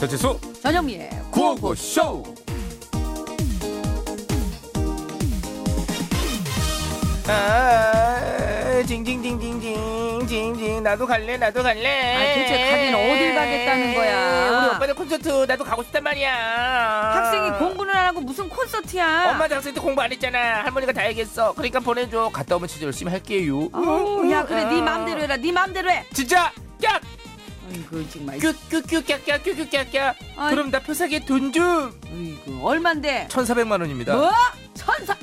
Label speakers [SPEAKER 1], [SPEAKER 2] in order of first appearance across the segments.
[SPEAKER 1] 배치수
[SPEAKER 2] 전영미의
[SPEAKER 1] 구호구쇼
[SPEAKER 3] 아, 징징징징징 징징 나도 갈래 나도 갈래
[SPEAKER 2] 아, 도대체 가긴 어딜 가겠다는 거야?
[SPEAKER 3] 우리 오빠들 콘서트 나도 가고 싶단 말이야
[SPEAKER 2] 학생이 공부는 안 하고 무슨 콘서트야?
[SPEAKER 3] 엄마 학생 때 공부 안 했잖아 할머니가 다 얘기했어 그러니까 보내줘 갔다 오면 진짜 열심히 할게요
[SPEAKER 2] 아우, 야 그래 네 맘대로 해라 네 맘대로 해. 그
[SPEAKER 3] 진짜 깍
[SPEAKER 2] 아이고 정말.
[SPEAKER 3] 큐큐큐 깍깍 큐큐깍깍
[SPEAKER 2] 아이.
[SPEAKER 3] 그럼 나 표사기에 돈좀
[SPEAKER 2] 아이고 얼만데?
[SPEAKER 3] 1400만 원입니다
[SPEAKER 2] 뭐? 천사.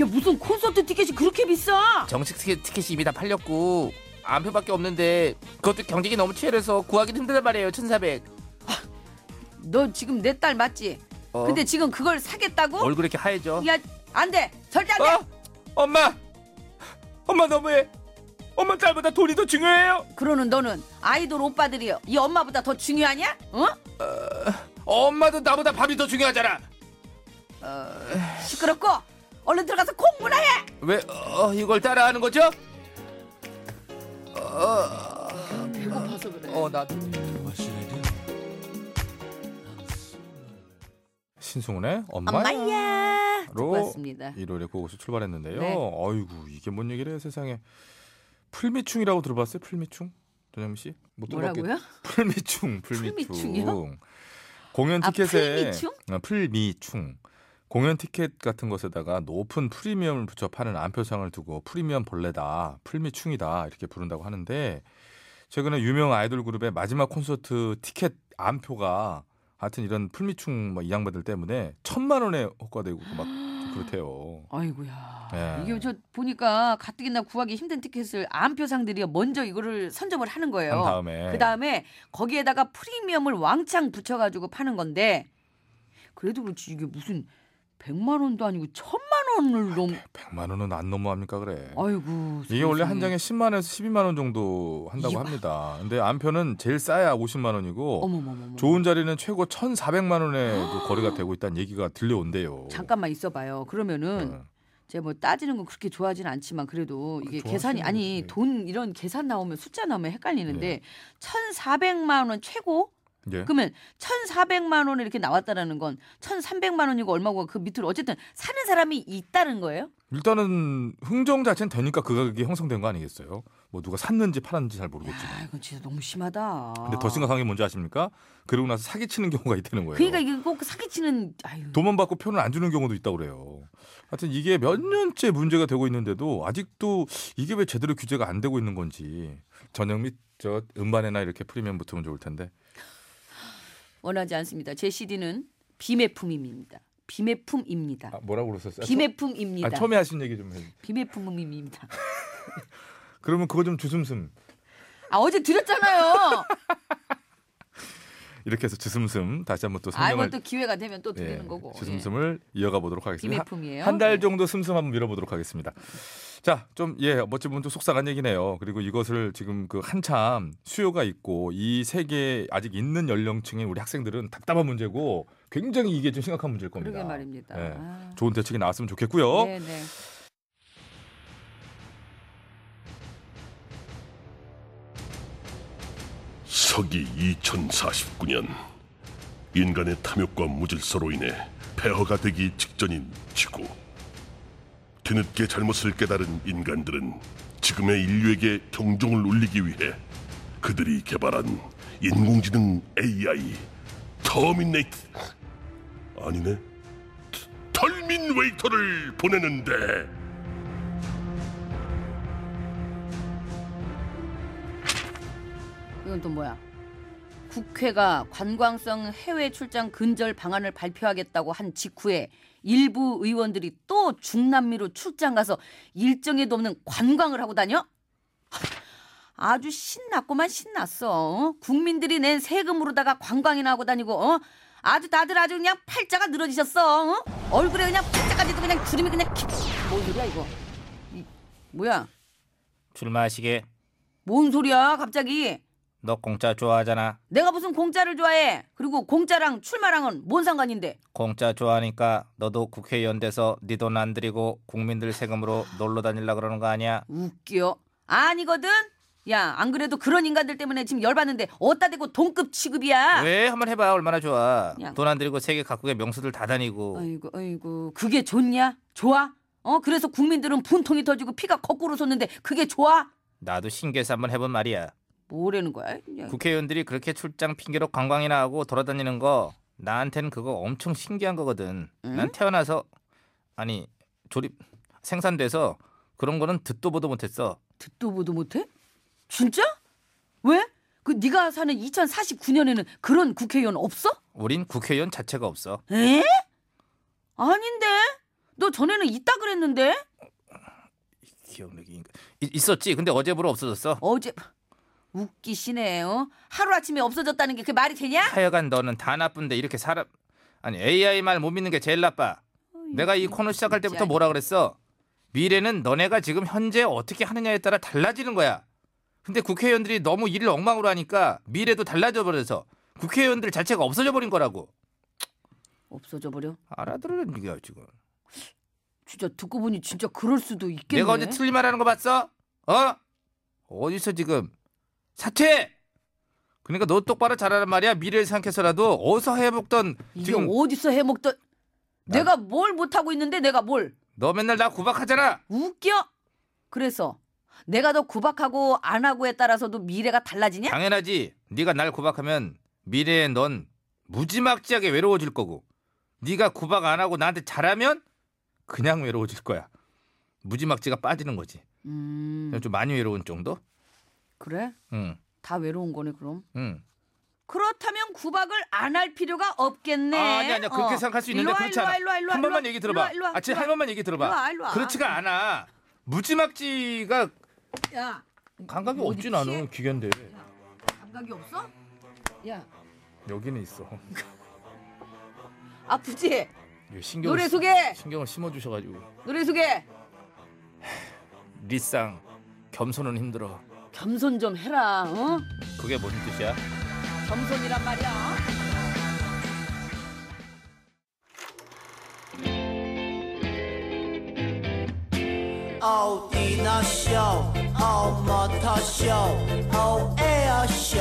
[SPEAKER 2] 야 무슨 콘서트 티켓이 그렇게 비싸?
[SPEAKER 3] 정식 티켓, 티켓이 이미 다 팔렸고 안표밖에 없는데 그것도 경쟁이 너무 치열해서 구하기 힘들단 말이에요 1400
[SPEAKER 2] 너 지금 내 딸 맞지?
[SPEAKER 3] 어.
[SPEAKER 2] 근데 지금 그걸 사겠다고?
[SPEAKER 3] 얼굴 이렇게 하얘져
[SPEAKER 2] 야 안 돼. 절대 안 돼.
[SPEAKER 3] 어? 엄마! 엄마 너무해! 엄마 딸보다 돈이 더 중요해요!
[SPEAKER 2] 그러는 너는 아이돌 오빠들이요. 이 엄마보다 더 중요하냐? 어?
[SPEAKER 3] 엄마도 나보다 밥이 더 중요하잖아!
[SPEAKER 2] 시끄럽고 얼른 들어가서 공부나 해.
[SPEAKER 3] 왜 어, 이걸 따라하는 거죠?
[SPEAKER 2] 배고파서 그래.
[SPEAKER 3] 어, 나...
[SPEAKER 1] 신승훈의 엄마야로
[SPEAKER 2] 엄마야. 듣고 왔습니다.
[SPEAKER 1] 일요일에 고고수 출발했는데요.
[SPEAKER 2] 네.
[SPEAKER 1] 아이고 이게 뭔 얘기를 해요 세상에 풀미충이라고 들어봤어요? 풀미충 전현미 씨? 못 들어봤겠-
[SPEAKER 2] 뭐라고요?
[SPEAKER 1] 풀미충 풀미충
[SPEAKER 2] 풀미충이요?
[SPEAKER 1] 공연
[SPEAKER 2] 아,
[SPEAKER 1] 티켓에
[SPEAKER 2] 풀미충?
[SPEAKER 1] 어, 풀미충 공연 티켓 같은 것에다가 높은 프리미엄을 붙여 파는 안표상을 두고 프리미엄 벌레다 풀미충이다 이렇게 부른다고 하는데 최근에 유명 아이돌 그룹의 마지막 콘서트 티켓 안표가 하여튼 이런 풀미충 뭐 막이 양반들 때문에 천만 원에 호가되고 막 그렇대요.
[SPEAKER 2] 아이고야.
[SPEAKER 1] 예.
[SPEAKER 2] 이게 저 보니까 가뜩이나 구하기 힘든 티켓을 암표상들이 먼저 이거를 선점을 하는 거예요.
[SPEAKER 1] 한 다음에
[SPEAKER 2] 그 다음에 거기에다가 프리미엄을 왕창 붙여가지고 파는 건데 그래도 그렇지 이게 무슨 100만 원도 아니고 천만 원을 넘.
[SPEAKER 1] 100만 원은 안 넘어합니까 그래.
[SPEAKER 2] 아이고.
[SPEAKER 1] 아, 이게 원래 한
[SPEAKER 2] 세상에.
[SPEAKER 1] 장에 10만 원에서 12만 원 정도
[SPEAKER 2] 음.
[SPEAKER 1] 한다고
[SPEAKER 2] 이거.
[SPEAKER 1] 합니다. 근데 안표는 제일 싸야 50만 원이고
[SPEAKER 2] 어머머머머.
[SPEAKER 1] 뭐
[SPEAKER 2] 아.
[SPEAKER 1] 좋은 자리는 최고 1,400만 원의 그 거래가 되고 있다는 얘기가 들려온대요.
[SPEAKER 2] 잠깐만 있어봐요. 그러면은
[SPEAKER 1] 네.
[SPEAKER 2] 제가 뭐 따지는 건 그렇게 좋아하진 않지만 그래도 이게
[SPEAKER 1] 좋아하시는
[SPEAKER 2] 계산이 아니
[SPEAKER 1] 분들이.
[SPEAKER 2] 돈 이런 계산 나오면 숫자 나오면
[SPEAKER 1] 네.
[SPEAKER 2] 헷갈리는데 1,400만 원 최고
[SPEAKER 1] 예.
[SPEAKER 2] 그러면 1,400만 원이 이렇게 나왔다라는 건 1,300만 원이고 얼마고 그 밑으로 어쨌든 사는 사람이 있다는 거예요?
[SPEAKER 1] 일단은 흥정 자체는 되니까 그 가격이 형성된 거 아니겠어요? 뭐 누가 샀는지 팔았는지 잘 모르겠지만.
[SPEAKER 2] 아, 이건 진짜 너무 심하다.
[SPEAKER 1] 근데 더 심각한 게 뭔지 아십니까? 그러고 나서 사기치는 경우가 있다는 거예요.
[SPEAKER 2] 아. 그러니까 이게 꼭 사기치는 아유.
[SPEAKER 1] 도만 받고 표는 안 주는 경우도 있다고 그래요. 하여튼 이게 몇 년째 문제가 되고 있는데도 아직도 이게 왜 제대로 규제가 안 되고 있는 건지 전형 및저 음반에나 이렇게 프리미엄 붙으면 좋을 텐데
[SPEAKER 2] 원하지 않습니다. 제 CD는 비매품입니다. 비매품입니다.
[SPEAKER 1] 아, 뭐라고 그러셨어요?
[SPEAKER 2] 비매품입니다.
[SPEAKER 1] 아, 처음에 하신 얘기 좀 해.
[SPEAKER 2] 비매품입니다.
[SPEAKER 1] 그러면 그거 좀 주슴슴
[SPEAKER 2] 아 어제 드렸잖아요.
[SPEAKER 1] 이렇게 해서 주슴슴 다시 한번 또
[SPEAKER 2] 아, 이건
[SPEAKER 1] 설명을
[SPEAKER 2] 또 기회가 되면 또 드리는
[SPEAKER 1] 예,
[SPEAKER 2] 거고.
[SPEAKER 1] 주슴슴을 이어가 보도록 하겠습니다.
[SPEAKER 2] 비매품이에요.
[SPEAKER 1] 한
[SPEAKER 2] 예.
[SPEAKER 1] 달 정도 슴슴 한번 밀어보도록 하겠습니다. 자, 좀 예, 어찌 보면 좀 속상한 얘기네요. 그리고 이것을 지금 그 한참 수요가 있고 이 세계에 아직 있는 연령층인 우리 학생들은 답답한 문제고 굉장히 이게 좀 심각한 문제일
[SPEAKER 2] 예.
[SPEAKER 1] 겁니다.
[SPEAKER 2] 그러게 말입니다.
[SPEAKER 1] 예.
[SPEAKER 2] 아.
[SPEAKER 1] 좋은 대책이 나왔으면 좋겠고요.
[SPEAKER 2] 네, 네.
[SPEAKER 4] 서기 2049년 인간의 탐욕과 무질서로 인해 폐허가 되기 직전인 지구 뒤늦게 잘못을 깨달은 인간들은 지금의 인류에게 경종을 울리기 위해 그들이 개발한 인공지능 AI 터미네이트 아니네 털민 웨이터를 보내는데
[SPEAKER 2] 이건 또 뭐야? 국회가 관광성 해외 출장 근절 방안을 발표하겠다고 한 직후에 일부 의원들이 또 중남미로 출장 가서 일정에도 없는 관광을 하고 다녀? 아주 신났고만 신났어. 어? 국민들이 낸 세금으로다가 관광이나 하고 다니고 어? 아주 다들 아주 그냥 팔자가 늘어지셨어. 어? 얼굴에 그냥 팔자까지도 그냥 주름이 그냥 키... 뭔 소리야 이거? 이, 뭐야?
[SPEAKER 3] 줄 마시게
[SPEAKER 2] 뭔 소리야 갑자기?
[SPEAKER 3] 너 공짜 좋아하잖아
[SPEAKER 2] 내가 무슨 공짜를 좋아해? 그리고 공짜랑 출마랑은 뭔 상관인데?
[SPEAKER 3] 공짜 좋아하니까 너도 국회의원 돼서 네 돈 안 들이고 국민들 세금으로 놀러 다닐라 그러는 거 아니야
[SPEAKER 2] 웃겨. 아니거든. 야 안 그래도 그런 인간들 때문에 지금 열받는데 어따 대고 동급 취급이야.
[SPEAKER 3] 왜 한번 해봐 얼마나 좋아
[SPEAKER 2] 그냥-
[SPEAKER 3] 돈 안 들이고 세계 각국의 명수들 다 다니고
[SPEAKER 2] 아이고 아이고 그게 좋냐? 좋아? 어 그래서 국민들은 분통이 터지고 피가 거꾸로 솟는데 그게 좋아?
[SPEAKER 3] 나도 신기해서 한번 해본 말이야
[SPEAKER 2] 뭐라는 거야? 야,
[SPEAKER 3] 국회의원들이 그렇게 출장 핑계로 관광이나 하고 돌아다니는 거 나한텐 그거 엄청 신기한 거거든 난 태어나서 아니 조립 생산돼서 그런 거는 듣도 보도 못했어
[SPEAKER 2] 듣도 보도 못해? 진짜? 왜? 그 네가 사는 2049년에는 그런 국회의원 없어?
[SPEAKER 3] 우린 국회의원 자체가 없어
[SPEAKER 2] 에? 아닌데? 너 전에는 있다 그랬는데?
[SPEAKER 3] 기억력이 인가- 있- 있었지 근데 어제부로 없어졌어
[SPEAKER 2] 어제 웃기시네요. 하루 아침에 없어졌다는 게 그 말이 되냐?
[SPEAKER 3] 하여간 너는 다 나쁜데 이렇게 사람 아니 AI 말 못 믿는 게 제일 나빠. 내가 이 코너 시작할 때부터
[SPEAKER 2] 진짜.
[SPEAKER 3] 뭐라 그랬어? 미래는 너네가 지금 현재 어떻게 하느냐에 따라 달라지는 거야. 근데 국회의원들이 너무 일을 엉망으로 하니까 미래도 달라져 버려서 국회의원들 자체가 없어져 버린 거라고.
[SPEAKER 2] 없어져 버려.
[SPEAKER 3] 알아들으는 얘기야 지금.
[SPEAKER 2] 진짜 듣고 보니 진짜 그럴 수도 있겠네.
[SPEAKER 3] 내가 언제 틀린 말하는 거 봤어? 어? 어디서 지금 사퇴? 그러니까 너 똑바로 잘하란 말이야. 미래를 생각해서라도 어서 해먹던
[SPEAKER 2] 이게
[SPEAKER 3] 지금
[SPEAKER 2] 어디서 해먹던 내가 뭘 못하고 있는데 내가 뭘
[SPEAKER 3] 너 맨날 나 구박하잖아.
[SPEAKER 2] 웃겨 그래서 내가 더 구박하고 안 하고에 따라서도 미래가 달라지냐
[SPEAKER 3] 아. 당연하지. 네가 날 구박하면 미래에 넌 무지막지하게 외로워질 거고, 네가 구박 안 하고 나한테 잘하면 그냥 외로워질 거야. 무지막지가 빠지는 거지.
[SPEAKER 2] 음
[SPEAKER 3] 좀 많이 외로운 정도?
[SPEAKER 2] 그래
[SPEAKER 3] 응,
[SPEAKER 2] 다 외로운 거네 그럼
[SPEAKER 3] 응.
[SPEAKER 2] 그렇다면 구박을 안 할 필요가 없겠네
[SPEAKER 3] 아, 아니 아니 그렇게
[SPEAKER 2] 어.
[SPEAKER 3] 생각할 수 있는데
[SPEAKER 2] 일로와,
[SPEAKER 3] 그렇지 않아.
[SPEAKER 2] 일로와, 일로와,
[SPEAKER 3] 한
[SPEAKER 2] 일로와,
[SPEAKER 3] 번만 얘기 들어봐.
[SPEAKER 2] 일로와, 일로와,
[SPEAKER 3] 아, 진짜 한 번만 얘기 들어봐.
[SPEAKER 2] 일로와, 일로와.
[SPEAKER 3] 그렇지가 않아. 무지막지가
[SPEAKER 2] 야
[SPEAKER 3] 감각이
[SPEAKER 2] 어디
[SPEAKER 3] 없진
[SPEAKER 2] 피해?
[SPEAKER 3] 않아. 기견데
[SPEAKER 2] 감각이 없어 야
[SPEAKER 1] 여기는 있어.
[SPEAKER 2] 아프지
[SPEAKER 3] 이거 신경을
[SPEAKER 2] 노래
[SPEAKER 3] 쓰-
[SPEAKER 2] 소개
[SPEAKER 3] 신경을 심어주셔가지고
[SPEAKER 2] 노래 소개
[SPEAKER 3] 리쌍 겸손은 힘들어.
[SPEAKER 2] 겸손 좀 해라 어
[SPEAKER 3] 그게 무슨 뜻이야?
[SPEAKER 2] 겸손이란 말이야.
[SPEAKER 5] 어디나 쇼 어머터 쇼 어에어 쇼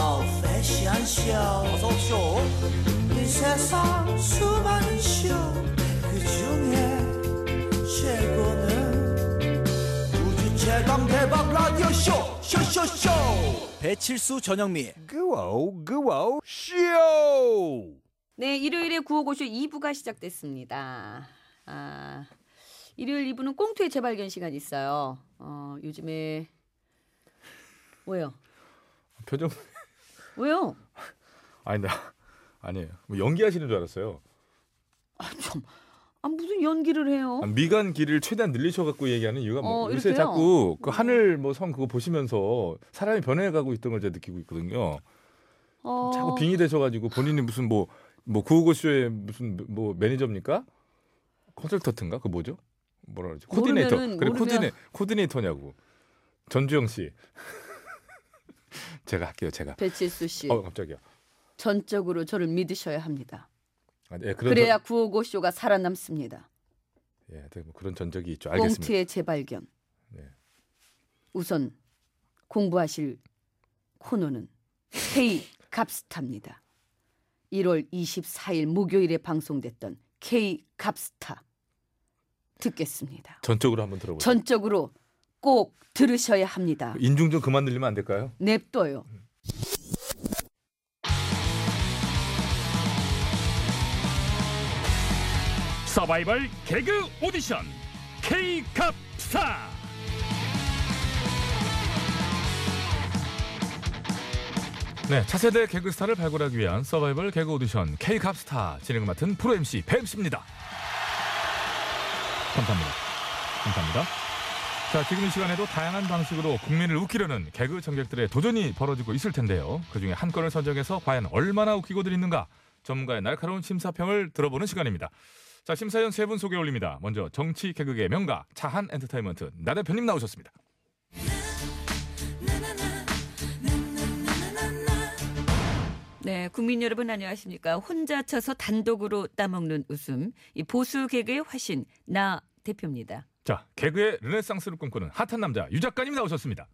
[SPEAKER 5] 어패션 쇼 어서 쇼이 세상 수많은 쇼그 중에 최고는 우주 최강 대박 라디오 쇼 쇼쇼쇼 배칠수 전영미
[SPEAKER 2] 네, 일요일에 구호고쇼 2부가 시작됐습니다. 아, 일요일 2부는 꽁투의 재발견 시간 있어요. 어, 요즘에 왜요?
[SPEAKER 1] 표정
[SPEAKER 2] 왜요?
[SPEAKER 1] 아니 나 아니에요. 뭐 연기하시는 줄 알았어요.
[SPEAKER 2] 아, 참. 아, 무슨 연기를 해요?
[SPEAKER 1] 아, 미간 길을 최대한 늘리셔갖고 얘기하는 이유가 뭐
[SPEAKER 2] 어,
[SPEAKER 1] 요새
[SPEAKER 2] 이렇게요?
[SPEAKER 1] 자꾸 그 하늘 뭐 성 그거 보시면서 사람이 변해가고 있던 걸 제가 느끼고 있거든요.
[SPEAKER 2] 어,
[SPEAKER 1] 아, 자꾸 빙의 되셔가지고 본인이 무슨 뭐 뭐 구호고쇼의 무슨 뭐 매니저입니까? 컨설턴트인가? 그 뭐죠? 뭐라 그러지? 코디네이터.
[SPEAKER 2] 모르면은-
[SPEAKER 1] 그래 코디네
[SPEAKER 2] 모르면-
[SPEAKER 1] 코디네이터냐고. 전주영 씨. 제가 할게요. 제가.
[SPEAKER 2] 배칠수 씨
[SPEAKER 1] 어 갑자기야.
[SPEAKER 2] 전적으로 저를 믿으셔야 합니다.
[SPEAKER 1] 아, 예, 그런
[SPEAKER 2] 그래야 구호고쇼가 살아남습니다.
[SPEAKER 1] 전, 예, 되게 뭐 그런 전적이 있죠. 알겠습니다.
[SPEAKER 2] 꽁트의 재발견.
[SPEAKER 1] 네.
[SPEAKER 2] 우선 공부하실 코너는 K 갑스타입니다. 1월 24일 목요일에 방송됐던 K 갑스타 듣겠습니다.
[SPEAKER 1] 전적으로 한번 들어보세요.
[SPEAKER 2] 전적으로 꼭 들으셔야 합니다.
[SPEAKER 1] 인중 좀 그만 늘리면 안 될까요?
[SPEAKER 2] 냅둬요.
[SPEAKER 6] 서바이벌 개그 오디션 K캅스타
[SPEAKER 1] 네, 차세대 개그스타를 발굴하기 위한 서바이벌 개그 오디션 K캅스타 진행을 맡은 프로 MC 뱀씨입니다. 감사합니다. 감사합니다. 자, 지금 이 시간에도 다양한 방식으로 국민을 웃기려는 개그 전객들의 도전이 벌어지고 있을 텐데요. 그중에 한 건을 선정해서 과연 얼마나 웃기고들 있는가 전문가의 날카로운 심사평을 들어보는 시간입니다. 자, 심사위원 세 분 소개 올립니다. 먼저 정치 개그의 명가 차한 엔터테인먼트 나 대표님 나오셨습니다.
[SPEAKER 7] 네, 국민 여러분 안녕하십니까? 혼자 쳐서 단독으로 따먹는 웃음, 이 보수 개그의 화신 나 대표입니다.
[SPEAKER 1] 자, 개그의 르네상스를 꿈꾸는 핫한 남자 유 작가님 나오셨습니다.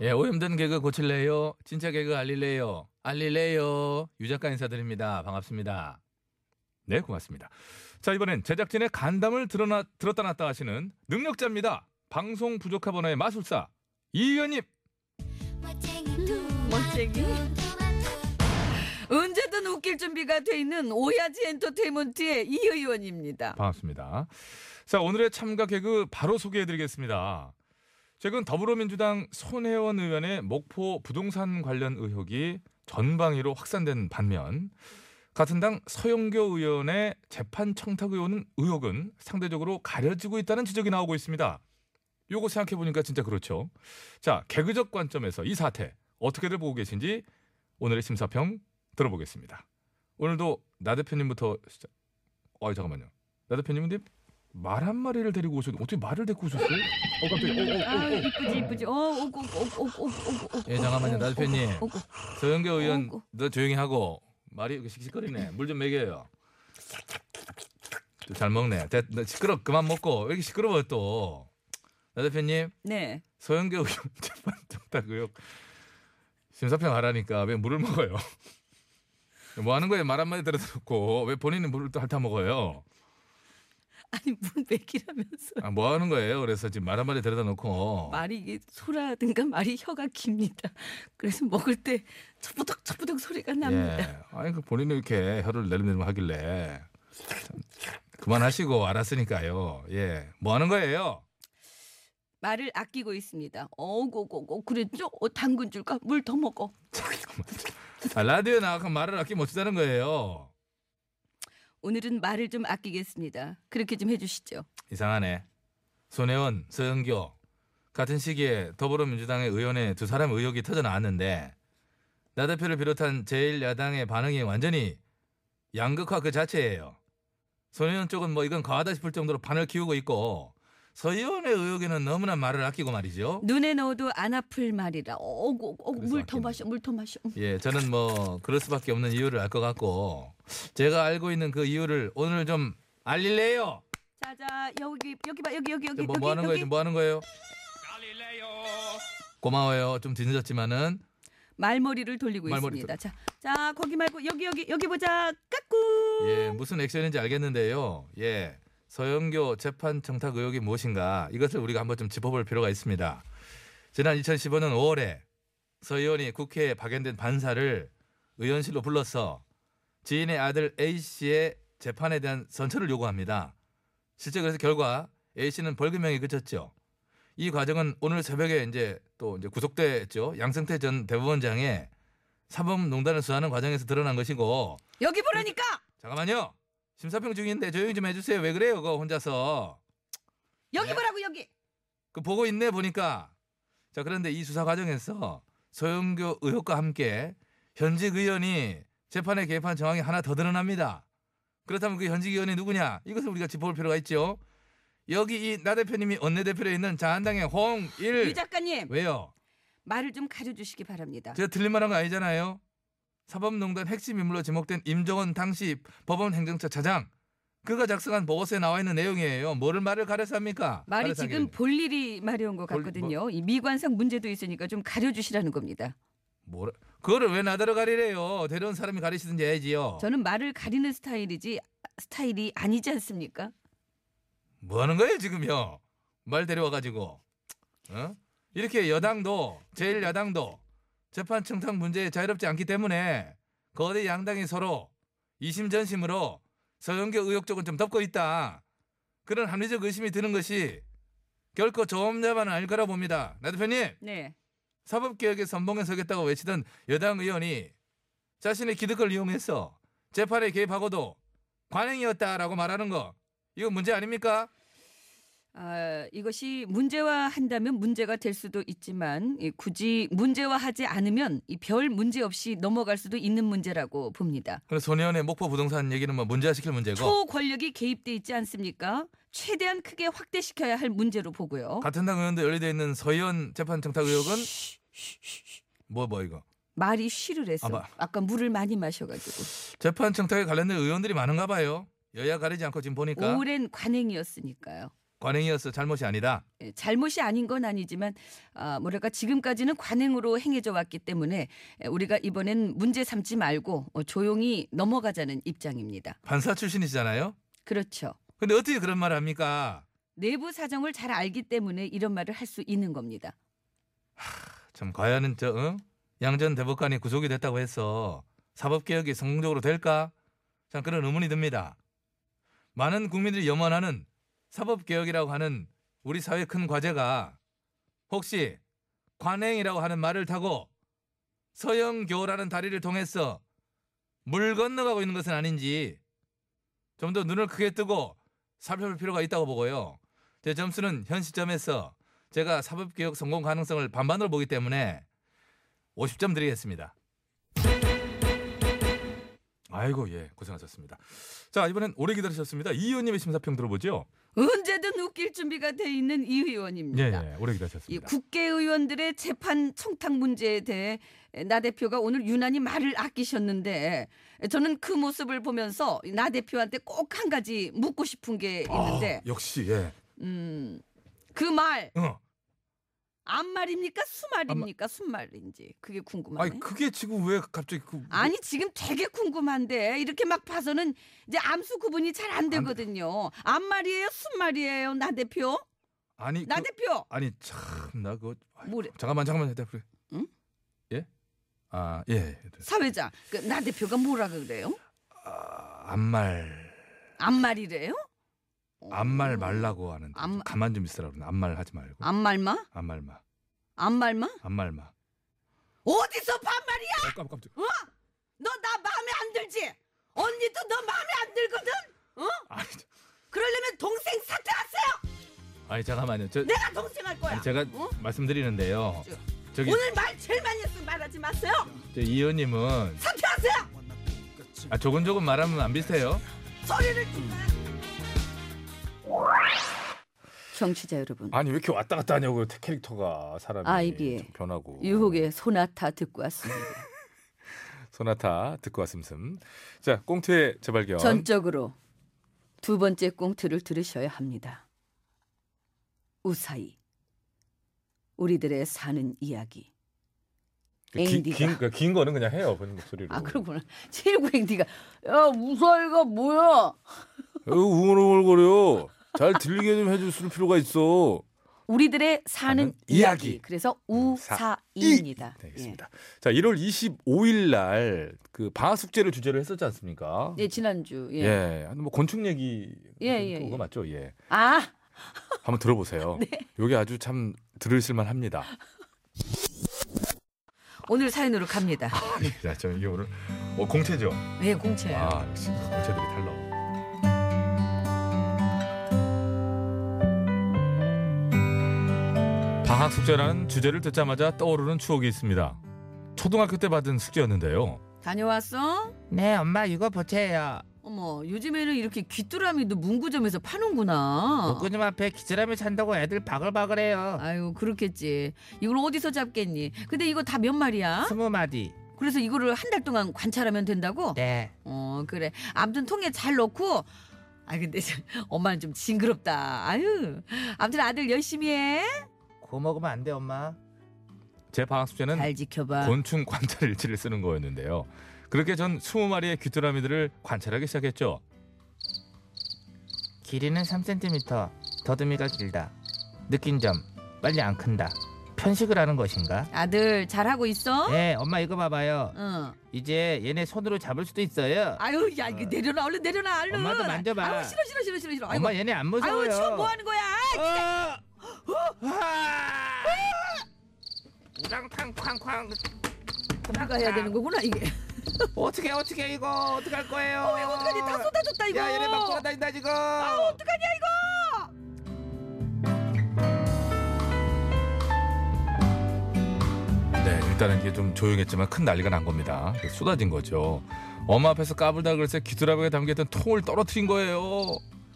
[SPEAKER 1] 예, 오염된 개그 고칠래요? 진짜 개그 알릴래요? 알릴래요? 유 작가 인사드립니다. 반갑습니다. 네, 고맙습니다. 자, 이번엔 제작진의 간담을 드러나, 들었다 놨다 하시는 능력자입니다. 방송 부족한 번호의 마술사 이의원님.
[SPEAKER 2] 멋쟁이. 언제든 웃길 준비가 돼 있는 오야지 엔터테인먼트의 이 의원입니다.
[SPEAKER 1] 반갑습니다. 자, 오늘의 참가 개그 바로 소개해드리겠습니다. 최근 더불어민주당 손혜원 의원의 목포 부동산 관련 의혹이 전방위로 확산된 반면 같은 당 서영교 의원의 재판 청탁 의원은 의혹은 상대적으로 가려지고 있다는 지적이 나오고 있습니다. 요거 생각해 보니까 진짜 그렇죠. 자, 개그적 관점에서 이 사태 어떻게들 보고 계신지 오늘의 심사평 들어보겠습니다. 오늘도 나 대표님부터 시작. 아, 잠깐만요. 나 대표님은 근데 말 한마리를 데리고 오셨는데 어떻게 말을 데리고 오셨어요? 어 깜짝이야. 어, 어,
[SPEAKER 2] 아
[SPEAKER 1] 어, 어.
[SPEAKER 2] 이쁘지 이쁘지. 어 오고 오고 오고 오고.
[SPEAKER 1] 예, 잠깐만요, 나 대표님.
[SPEAKER 2] 오고.
[SPEAKER 1] 서영교 의원
[SPEAKER 2] 어, 어이구.
[SPEAKER 1] 너 조용히 하고 말이 이렇게 씩씩거리네 물 좀 먹여요 또잘 먹네 됐, 너 시끄러 그만 먹고 왜 이렇게 시끄러워 또나 대표님
[SPEAKER 2] 네.
[SPEAKER 1] 서영교 의원 재판 청탁 의혹 심사평 하라니까 왜 물을 먹어요 뭐 하는 거예요 말 한마디 들어놓고 왜 본인은 물을 또 핥아 먹어요
[SPEAKER 2] 아니 문 맥이라면서
[SPEAKER 1] 아, 뭐 하는 거예요 그래서 지금 말 한마디 들여다 놓고
[SPEAKER 2] 말이 이게 소라든가 말이 혀가 깁니다. 그래서 먹을 때 처부덕 처부덕 소리가 납니다.
[SPEAKER 1] 예. 아니 그 본인이 이렇게 혀를 내리내리면 하길래 참, 그만하시고 알았으니까요. 예. 뭐 하는 거예요?
[SPEAKER 2] 말을 아끼고 있습니다. 어고고고 그랬죠? 어, 당근 줄까? 물 더 먹어.
[SPEAKER 1] 아, 라디오에 나가서 말을 아끼 못 쓰다는 거예요.
[SPEAKER 2] 오늘은 말을 좀 아끼겠습니다. 그렇게 좀 해주시죠.
[SPEAKER 1] 이상하네. 손혜원, 서영교 같은 시기에 더불어민주당의 의원의 두 사람 의혹이 터져 나왔는데 나 대표를 비롯한 제1야당의 반응이 완전히 양극화 그 자체예요. 손혜원 쪽은 뭐 이건 과하다 싶을 정도로 반을 키우고 있고 서의원의 의혹에는 너무나 말을 아끼고 말이죠.
[SPEAKER 2] 눈에 넣어도 안 아플 말이라. 어고 어고
[SPEAKER 1] 그래서
[SPEAKER 2] 물 더
[SPEAKER 1] 아끼는
[SPEAKER 2] 마셔 물 더 마셔. 음.
[SPEAKER 1] 예, 저는 뭐 그럴 수밖에 없는 이유를 알 것 같고 제가 알고 있는 그 이유를 오늘 좀 알릴래요.
[SPEAKER 2] 자자 여기 여기 봐 여기 여기 여기
[SPEAKER 1] 뭐,
[SPEAKER 2] 여기
[SPEAKER 1] 뭐 하는 거예요?
[SPEAKER 2] 여기
[SPEAKER 1] 지금 뭐 하는 거예요? 고마워요. 좀 뒤늦었지만은
[SPEAKER 2] 말머리를 돌리고
[SPEAKER 1] 말머리
[SPEAKER 2] 있습니다. 자, 자 거기 말고 여기 여기 여기 보자. 까꿍.
[SPEAKER 1] 예, 무슨 액션인지 알겠는데요. 예. 서영교 재판 청탁 의혹이 무엇인가 이것을 우리가 한번 좀 짚어볼 필요가 있습니다. 지난 2015년 5월에 서 의원이 국회에 파견된 반사를 의원실로 불러서 지인의 아들 A 씨의 재판에 대한 선처를 요구합니다. 실제 그래서 결과 A 씨는 벌금형에 그쳤죠. 이 과정은 오늘 새벽에 이제 또 이제 구속됐죠. 양승태 전 대법원장의 사법농단을 수사하는 과정에서 드러난 것이고
[SPEAKER 2] 여기 보라니까.
[SPEAKER 1] 잠깐만요. 심사평 중인데 조용히 좀 해주세요. 왜 그래요? 그거 혼자서.
[SPEAKER 2] 여기
[SPEAKER 1] 네.
[SPEAKER 2] 보라고 여기.
[SPEAKER 1] 그 보고 있네 보니까. 자 그런데 이 수사 과정에서 소영교 의혹과 함께 현직 의원이 재판에 개입한 정황이 하나 더 드러납니다. 그렇다면 그 현직 의원이 누구냐? 이것을 우리가 짚어볼 필요가 있죠. 여기 이 나 대표님이 원내대표로 있는 자한당의 홍일
[SPEAKER 2] 유 작가님
[SPEAKER 1] 왜요?
[SPEAKER 2] 말을 좀 가려주시기 바랍니다.
[SPEAKER 1] 제가 틀린 말한 거 아니잖아요. 사법농단 핵심 인물로 지목된 임종원 당시 법원 행정처 차장 그가 작성한 보고서에 나와 있는 내용이에요. 뭐를 말을 가려서 합니까?
[SPEAKER 2] 말이
[SPEAKER 1] 가려서
[SPEAKER 2] 지금
[SPEAKER 1] 하길래.
[SPEAKER 2] 볼 일이 마려운 것
[SPEAKER 1] 볼- 뭐?
[SPEAKER 2] 같거든요. 이 미관상 문제도 있으니까 좀 가려주시라는 겁니다.
[SPEAKER 1] 뭐라 그거를 왜 나더러 가리래요? 데려온 사람이 가리시든지 해야지요.
[SPEAKER 2] 저는 말을 가리는 스타일이지 스타일이 아니지 않습니까?
[SPEAKER 1] 뭐 하는 거예요 지금요? 말 데려와 가지고 어? 이렇게 여당도 제일 야당도 재판 청탁 문제에 자유롭지 않기 때문에 거대 양당이 서로 이심전심으로 서영교 의혹 쪽은 좀 덮고 있다. 그런 합리적 의심이 드는 것이 결코 저음자만은 아닐 거라 봅니다. 나 대표님
[SPEAKER 2] 네.
[SPEAKER 1] 사법개혁에 선봉에 서겠다고 외치던 여당 의원이 자신의 기득권을 이용해서 재판에 개입하고도 관행이었다라고 말하는 거 이거 문제 아닙니까?
[SPEAKER 2] 아, 이것이 문제화 한다면 문제가 될 수도 있지만 이, 굳이 문제화하지 않으면 이 별 문제 없이 넘어갈 수도 있는 문제라고 봅니다.
[SPEAKER 1] 그래 소년의 목포 부동산 얘기는 뭐 문제화시킬 문제고
[SPEAKER 2] 초권력이 개입돼 있지 않습니까? 최대한 크게 확대시켜야 할 문제로 보고요.
[SPEAKER 1] 같은 당 의원도 연루돼 있는 서희원 재판 청탁 의혹은 뭐 뭐 이거
[SPEAKER 2] 말이 쉬를 했어.
[SPEAKER 1] 아마-
[SPEAKER 2] 아까 물을 많이 마셔가지고
[SPEAKER 1] 재판 청탁에 관련된 의원들이 많은가 봐요 여야 가리지 않고 지금 보니까
[SPEAKER 2] 오랜 관행이었으니까요.
[SPEAKER 1] 관행이었어 잘못이 아니다.
[SPEAKER 2] 예, 잘못이 아닌 건 아니지만 아, 뭐랄까 지금까지는 관행으로 행해져 왔기 때문에 예, 우리가 이번엔 문제 삼지 말고 어, 조용히 넘어가자는 입장입니다.
[SPEAKER 1] 판사 출신이시잖아요.
[SPEAKER 2] 그렇죠.
[SPEAKER 1] 근데 어떻게 그런 말 합니까?
[SPEAKER 2] 내부 사정을 잘 알기 때문에 이런 말을 할 수 있는 겁니다.
[SPEAKER 1] 참 과연은 저 응? 양전 대법관이 구속이 됐다고 해서 사법 개혁이 성공적으로 될까? 참 그런 의문이 듭니다. 많은 국민들이 염원하는 사법 개혁이라고 하는 우리 사회의 큰 과제가 혹시 관행이라고 하는 말을 타고 서영교라는 다리를 통해서 물 건너가고 있는 것은 아닌지 좀 더 눈을 크게 뜨고 살펴볼 필요가 있다고 보고요. 제 점수는 현 시점에서 제가 사법개혁 성공 가능성을 반반으로 보기 때문에 50점 드리겠습니다. 아이고 예 고생하셨습니다. 자 이번엔 오래 기다리셨습니다. 이 의원님의 심사평 들어보죠.
[SPEAKER 2] 언제든 웃길 준비가 돼 있는 이 의원입니다.
[SPEAKER 1] 예, 예 오래
[SPEAKER 2] 이
[SPEAKER 1] 기다리셨습니다.
[SPEAKER 2] 국회의원들의 재판 청탁 문제에 대해 나 대표가 오늘 유난히 말을 아끼셨는데 저는 그 모습을 보면서 나 대표한테 꼭 한 가지 묻고 싶은 게 있는데
[SPEAKER 1] 역시 예.
[SPEAKER 2] 음, 그 말
[SPEAKER 1] 어.
[SPEAKER 2] 암말입니까 수말입니까 순말인지 그게 궁금하네.
[SPEAKER 1] 아니 그게 지금 왜 갑자기 그 뭐-
[SPEAKER 2] 아니 지금 되게 궁금한데 이렇게 막 봐서는 이제 암수 구분이 잘 안 되거든요. 암말이에요, 순말이에요, 나 대표,
[SPEAKER 1] 아니
[SPEAKER 2] 나
[SPEAKER 1] 그,
[SPEAKER 2] 대표.
[SPEAKER 1] 아니 참 나 그거 아이고,
[SPEAKER 2] 뭐래?
[SPEAKER 1] 잠깐만 잠깐만 대표.
[SPEAKER 2] 응?
[SPEAKER 1] 예? 아 예.
[SPEAKER 2] 사회자, 그 나 대표가 뭐라 그래요?
[SPEAKER 1] 아, 암말
[SPEAKER 2] 암말이래요?
[SPEAKER 1] 암말 말라고 하는데
[SPEAKER 2] 암-
[SPEAKER 1] 좀 가만 좀 있으라 그러는 암말 하지 말고
[SPEAKER 2] 아. 암말마?
[SPEAKER 1] 암말 마
[SPEAKER 2] 암말마?
[SPEAKER 1] 암말 마.
[SPEAKER 2] 어디서 반말이야?
[SPEAKER 1] 어, 깜 깜짝.
[SPEAKER 2] 어? 너 나 마음에 안 들지? 언니도 너 마음에 안 들거든? 어?
[SPEAKER 1] 아니, 저-
[SPEAKER 2] 그러려면 동생 사퇴하세요.
[SPEAKER 1] 아니 잠깐만요. 저
[SPEAKER 2] 내가 동생 할 거야.
[SPEAKER 1] 아니, 제가
[SPEAKER 2] 어?
[SPEAKER 1] 말씀드리는데요. 저기
[SPEAKER 2] 오늘 말 제일 많이 했으면 말하지 마세요.
[SPEAKER 1] 저 이현님은
[SPEAKER 2] 사퇴하세요.
[SPEAKER 1] 아, 조곤조곤 말하면 안 비슷해요.
[SPEAKER 2] 소리를 듣지 마.
[SPEAKER 8] 정치자 여러분
[SPEAKER 9] 아니 왜 이렇게 왔다 갔다 하냐고요 캐릭터가 사람이
[SPEAKER 8] 아이비의
[SPEAKER 9] 좀 변하고
[SPEAKER 8] 유혹의 소나타 듣고 왔습니다.
[SPEAKER 9] 소나타 듣고 왔음슴 자 꽁트의
[SPEAKER 8] 어.
[SPEAKER 9] 재발견
[SPEAKER 8] 전적으로 두 번째 꽁트를 들으셔야 합니다. 우사히 우리들의 사는 이야기.
[SPEAKER 9] 기-
[SPEAKER 8] AD 가.
[SPEAKER 9] 긴, 그긴 거는 그냥 해요 본인 목소리로
[SPEAKER 8] 아 그러구나. 79행디가 야 우사히가 뭐야?
[SPEAKER 9] 우글우글거려 어, 잘 들리게 좀 해줄 수 필요가 있어
[SPEAKER 8] 우리들의 사는
[SPEAKER 9] 사는
[SPEAKER 8] 이야기.
[SPEAKER 9] 이야기.
[SPEAKER 8] 그래서 예.
[SPEAKER 9] 사-
[SPEAKER 8] 우사이입니다.
[SPEAKER 9] 되겠습니다 네, 자 1월 25일 날 그 방학 숙제를 주제로 했었지 않습니까
[SPEAKER 8] 예. 예, 지난주 예.
[SPEAKER 9] 예, 뭐 곤충 얘기
[SPEAKER 8] 예, 예,
[SPEAKER 9] 그거
[SPEAKER 8] 예. 네.
[SPEAKER 9] 맞죠 예
[SPEAKER 8] 아
[SPEAKER 9] 한번 들어보세요 요게 아주 참 들으실만 합니다
[SPEAKER 2] 오늘 사연으로 갑니다.
[SPEAKER 8] 네.
[SPEAKER 1] 야, 저 이게 오늘 어, 공채죠.
[SPEAKER 2] 예, 공채예요.
[SPEAKER 1] 아, 역시 공채들이 달라. 방학 숙제라는 주제를 듣자마자 떠오르는 추억이 있습니다. 초등학교 때 받은 숙제였는데요.
[SPEAKER 2] 다녀왔어?
[SPEAKER 3] 네 엄마 이거 보채요.
[SPEAKER 2] 어머, 요즘에는 이렇게 귀뚜라미도 문구점에서 파는구나.
[SPEAKER 3] 목구좀 앞에 기절함이 찬다고 애들 바글바글해요.
[SPEAKER 2] 아유, 그렇겠지. 이걸 어디서 잡겠니? 근데 이거 다 몇 마리야?
[SPEAKER 3] 스무 마디.
[SPEAKER 2] 그래서 이거를 한 달 동안 관찰하면 된다고?
[SPEAKER 3] 네.
[SPEAKER 2] 어, 그래. 아무튼 통에 잘 넣고. 아, 근데 저- 엄마는 좀 징그럽다. 아유. 아무튼 아들 열심히 해.
[SPEAKER 3] 그거 먹으면 안 돼 엄마.
[SPEAKER 1] 제 방학
[SPEAKER 3] 음.
[SPEAKER 1] 숙제는
[SPEAKER 2] 잘 지켜봐.
[SPEAKER 1] 곤충 관찰 일지를 쓰는 거였는데요. 그렇게 전 20마리의 귀뚜라미들을 관찰하기 시작했죠.
[SPEAKER 3] 길이는 3cm. 더듬이가 길다. 느낀 점. 빨리 안 큰다. 편식을 하는 것인가?
[SPEAKER 2] 아들 잘하고 있어?
[SPEAKER 3] 네 엄마 이거 봐봐요.
[SPEAKER 2] 응.
[SPEAKER 3] 이제 얘네 손으로 잡을 수도 있어요.
[SPEAKER 2] 아유, 야, 이거 내려놔. 얼른 내려놔. 얼른.
[SPEAKER 3] 엄마도 만져봐.
[SPEAKER 2] 아유, 싫어, 싫어, 싫어, 싫어, 싫어. 아이고.
[SPEAKER 3] 엄마 얘네 안 무서워요. 어!
[SPEAKER 2] 아유, 지금 뭐 하는 거야? 아이,
[SPEAKER 3] 아! 우당탕쾅쾅
[SPEAKER 2] 누가 해야 되는 거구나, 이게.
[SPEAKER 3] 어떻게 어떻게 이거 어떻게 할 거예요?
[SPEAKER 2] 어, 이거 어떡하니? 다 쏟아졌다, 이거.
[SPEAKER 3] 야 얘네 막 돌아다닌다 지금.
[SPEAKER 2] 어떡하냐 이거?
[SPEAKER 1] 네, 일단은 이게 좀 조용했지만 큰 난리가 난 겁니다. 쏟아진 거죠. 엄마 앞에서 까불다글 새 귀뚜라미가 담겼던 통을 떨어뜨린 거예요.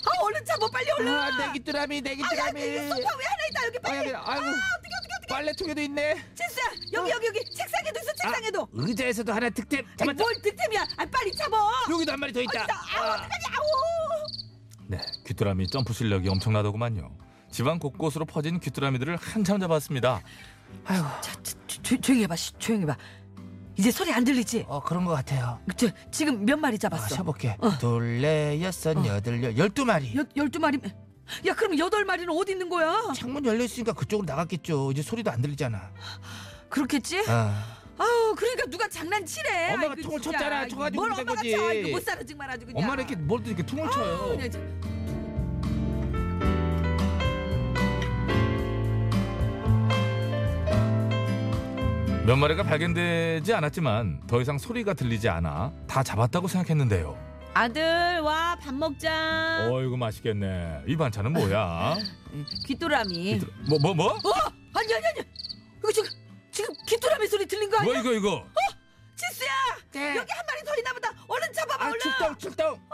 [SPEAKER 2] 아 얼른 잡아 빨리 얼른.
[SPEAKER 3] 아, 내기 뚜라미 내기 뚜라미.
[SPEAKER 2] 소파 왜 하나 있다 여기
[SPEAKER 3] 아,
[SPEAKER 2] 빨리.
[SPEAKER 3] 여기, 아이고. 어. 빨래통에도 있네.
[SPEAKER 2] 진짜 여기 여기 여기 책상에도
[SPEAKER 3] 아.
[SPEAKER 2] 있어 책상에도.
[SPEAKER 3] 의자에서도 하나 득템.
[SPEAKER 2] 아이, 뭘 득템이야? 아 빨리 잡아.
[SPEAKER 3] 여기도 한 마리 더
[SPEAKER 2] 아,
[SPEAKER 3] 있다.
[SPEAKER 2] 진짜, 아우 어떡하냐 아우.
[SPEAKER 10] 네, 귀뚜라미 점프 실력이 엄청나더구만요. 지방 곳곳으로 퍼진 귀뚜라미들을 한참 잡았습니다.
[SPEAKER 11] 아유, 자, 조, 조, 조용히 해봐, 씨, 조용히 해봐. 이제 소리 안 들리지?
[SPEAKER 3] 어 그런 것 같아요. 아,
[SPEAKER 11] 저, 지금 몇 마리 잡았어?
[SPEAKER 3] 쳐볼게. 둘, 넷, 여섯,
[SPEAKER 11] 어.
[SPEAKER 3] 여덟, 열, 열두 마리.
[SPEAKER 11] 여, 열두 마리. 야, 그럼 여덟 마리는 어디 있는 거야?
[SPEAKER 3] 창문 열려 있으니까 그쪽으로 나갔겠죠. 이제 소리도 안 들리잖아.
[SPEAKER 11] 그렇겠지?
[SPEAKER 3] 아.
[SPEAKER 11] 아우, 그러니까 누가 장난치래?
[SPEAKER 3] 엄마가
[SPEAKER 11] 아이고,
[SPEAKER 3] 통을
[SPEAKER 11] 진짜.
[SPEAKER 3] 쳤잖아. 쳐가지고
[SPEAKER 11] 뭘
[SPEAKER 3] 그런
[SPEAKER 11] 엄마가
[SPEAKER 3] 거지.
[SPEAKER 11] 쳐? 이거 못 살아 정말 아주 그냥.
[SPEAKER 10] 엄마는 이렇게 뭘 이렇게 퉁을
[SPEAKER 2] 아,
[SPEAKER 10] 쳐요.
[SPEAKER 2] 네.
[SPEAKER 11] 그냥 저-
[SPEAKER 10] 몇 마리가 발견되지 않았지만 더 이상 소리가 들리지 않아 다 잡았다고 생각했는데요.
[SPEAKER 2] 아들 와 밥 먹자.
[SPEAKER 10] 어이구 맛있겠네. 이 반찬은 뭐야?
[SPEAKER 2] 귀뚜라미.
[SPEAKER 10] 뭐 뭐 뭐?
[SPEAKER 11] 어? 아니 아니 아니. 이거 지금 지금 귀뚜라미 소리 들린 거
[SPEAKER 10] 뭐
[SPEAKER 11] 아니야?
[SPEAKER 10] 이거 이거?
[SPEAKER 11] 지수야. 여기 한 마리 더 있나 보다. 얼른 잡아봐
[SPEAKER 3] 뭐? 네. 아
[SPEAKER 11] 얼른.
[SPEAKER 3] 출동 출동.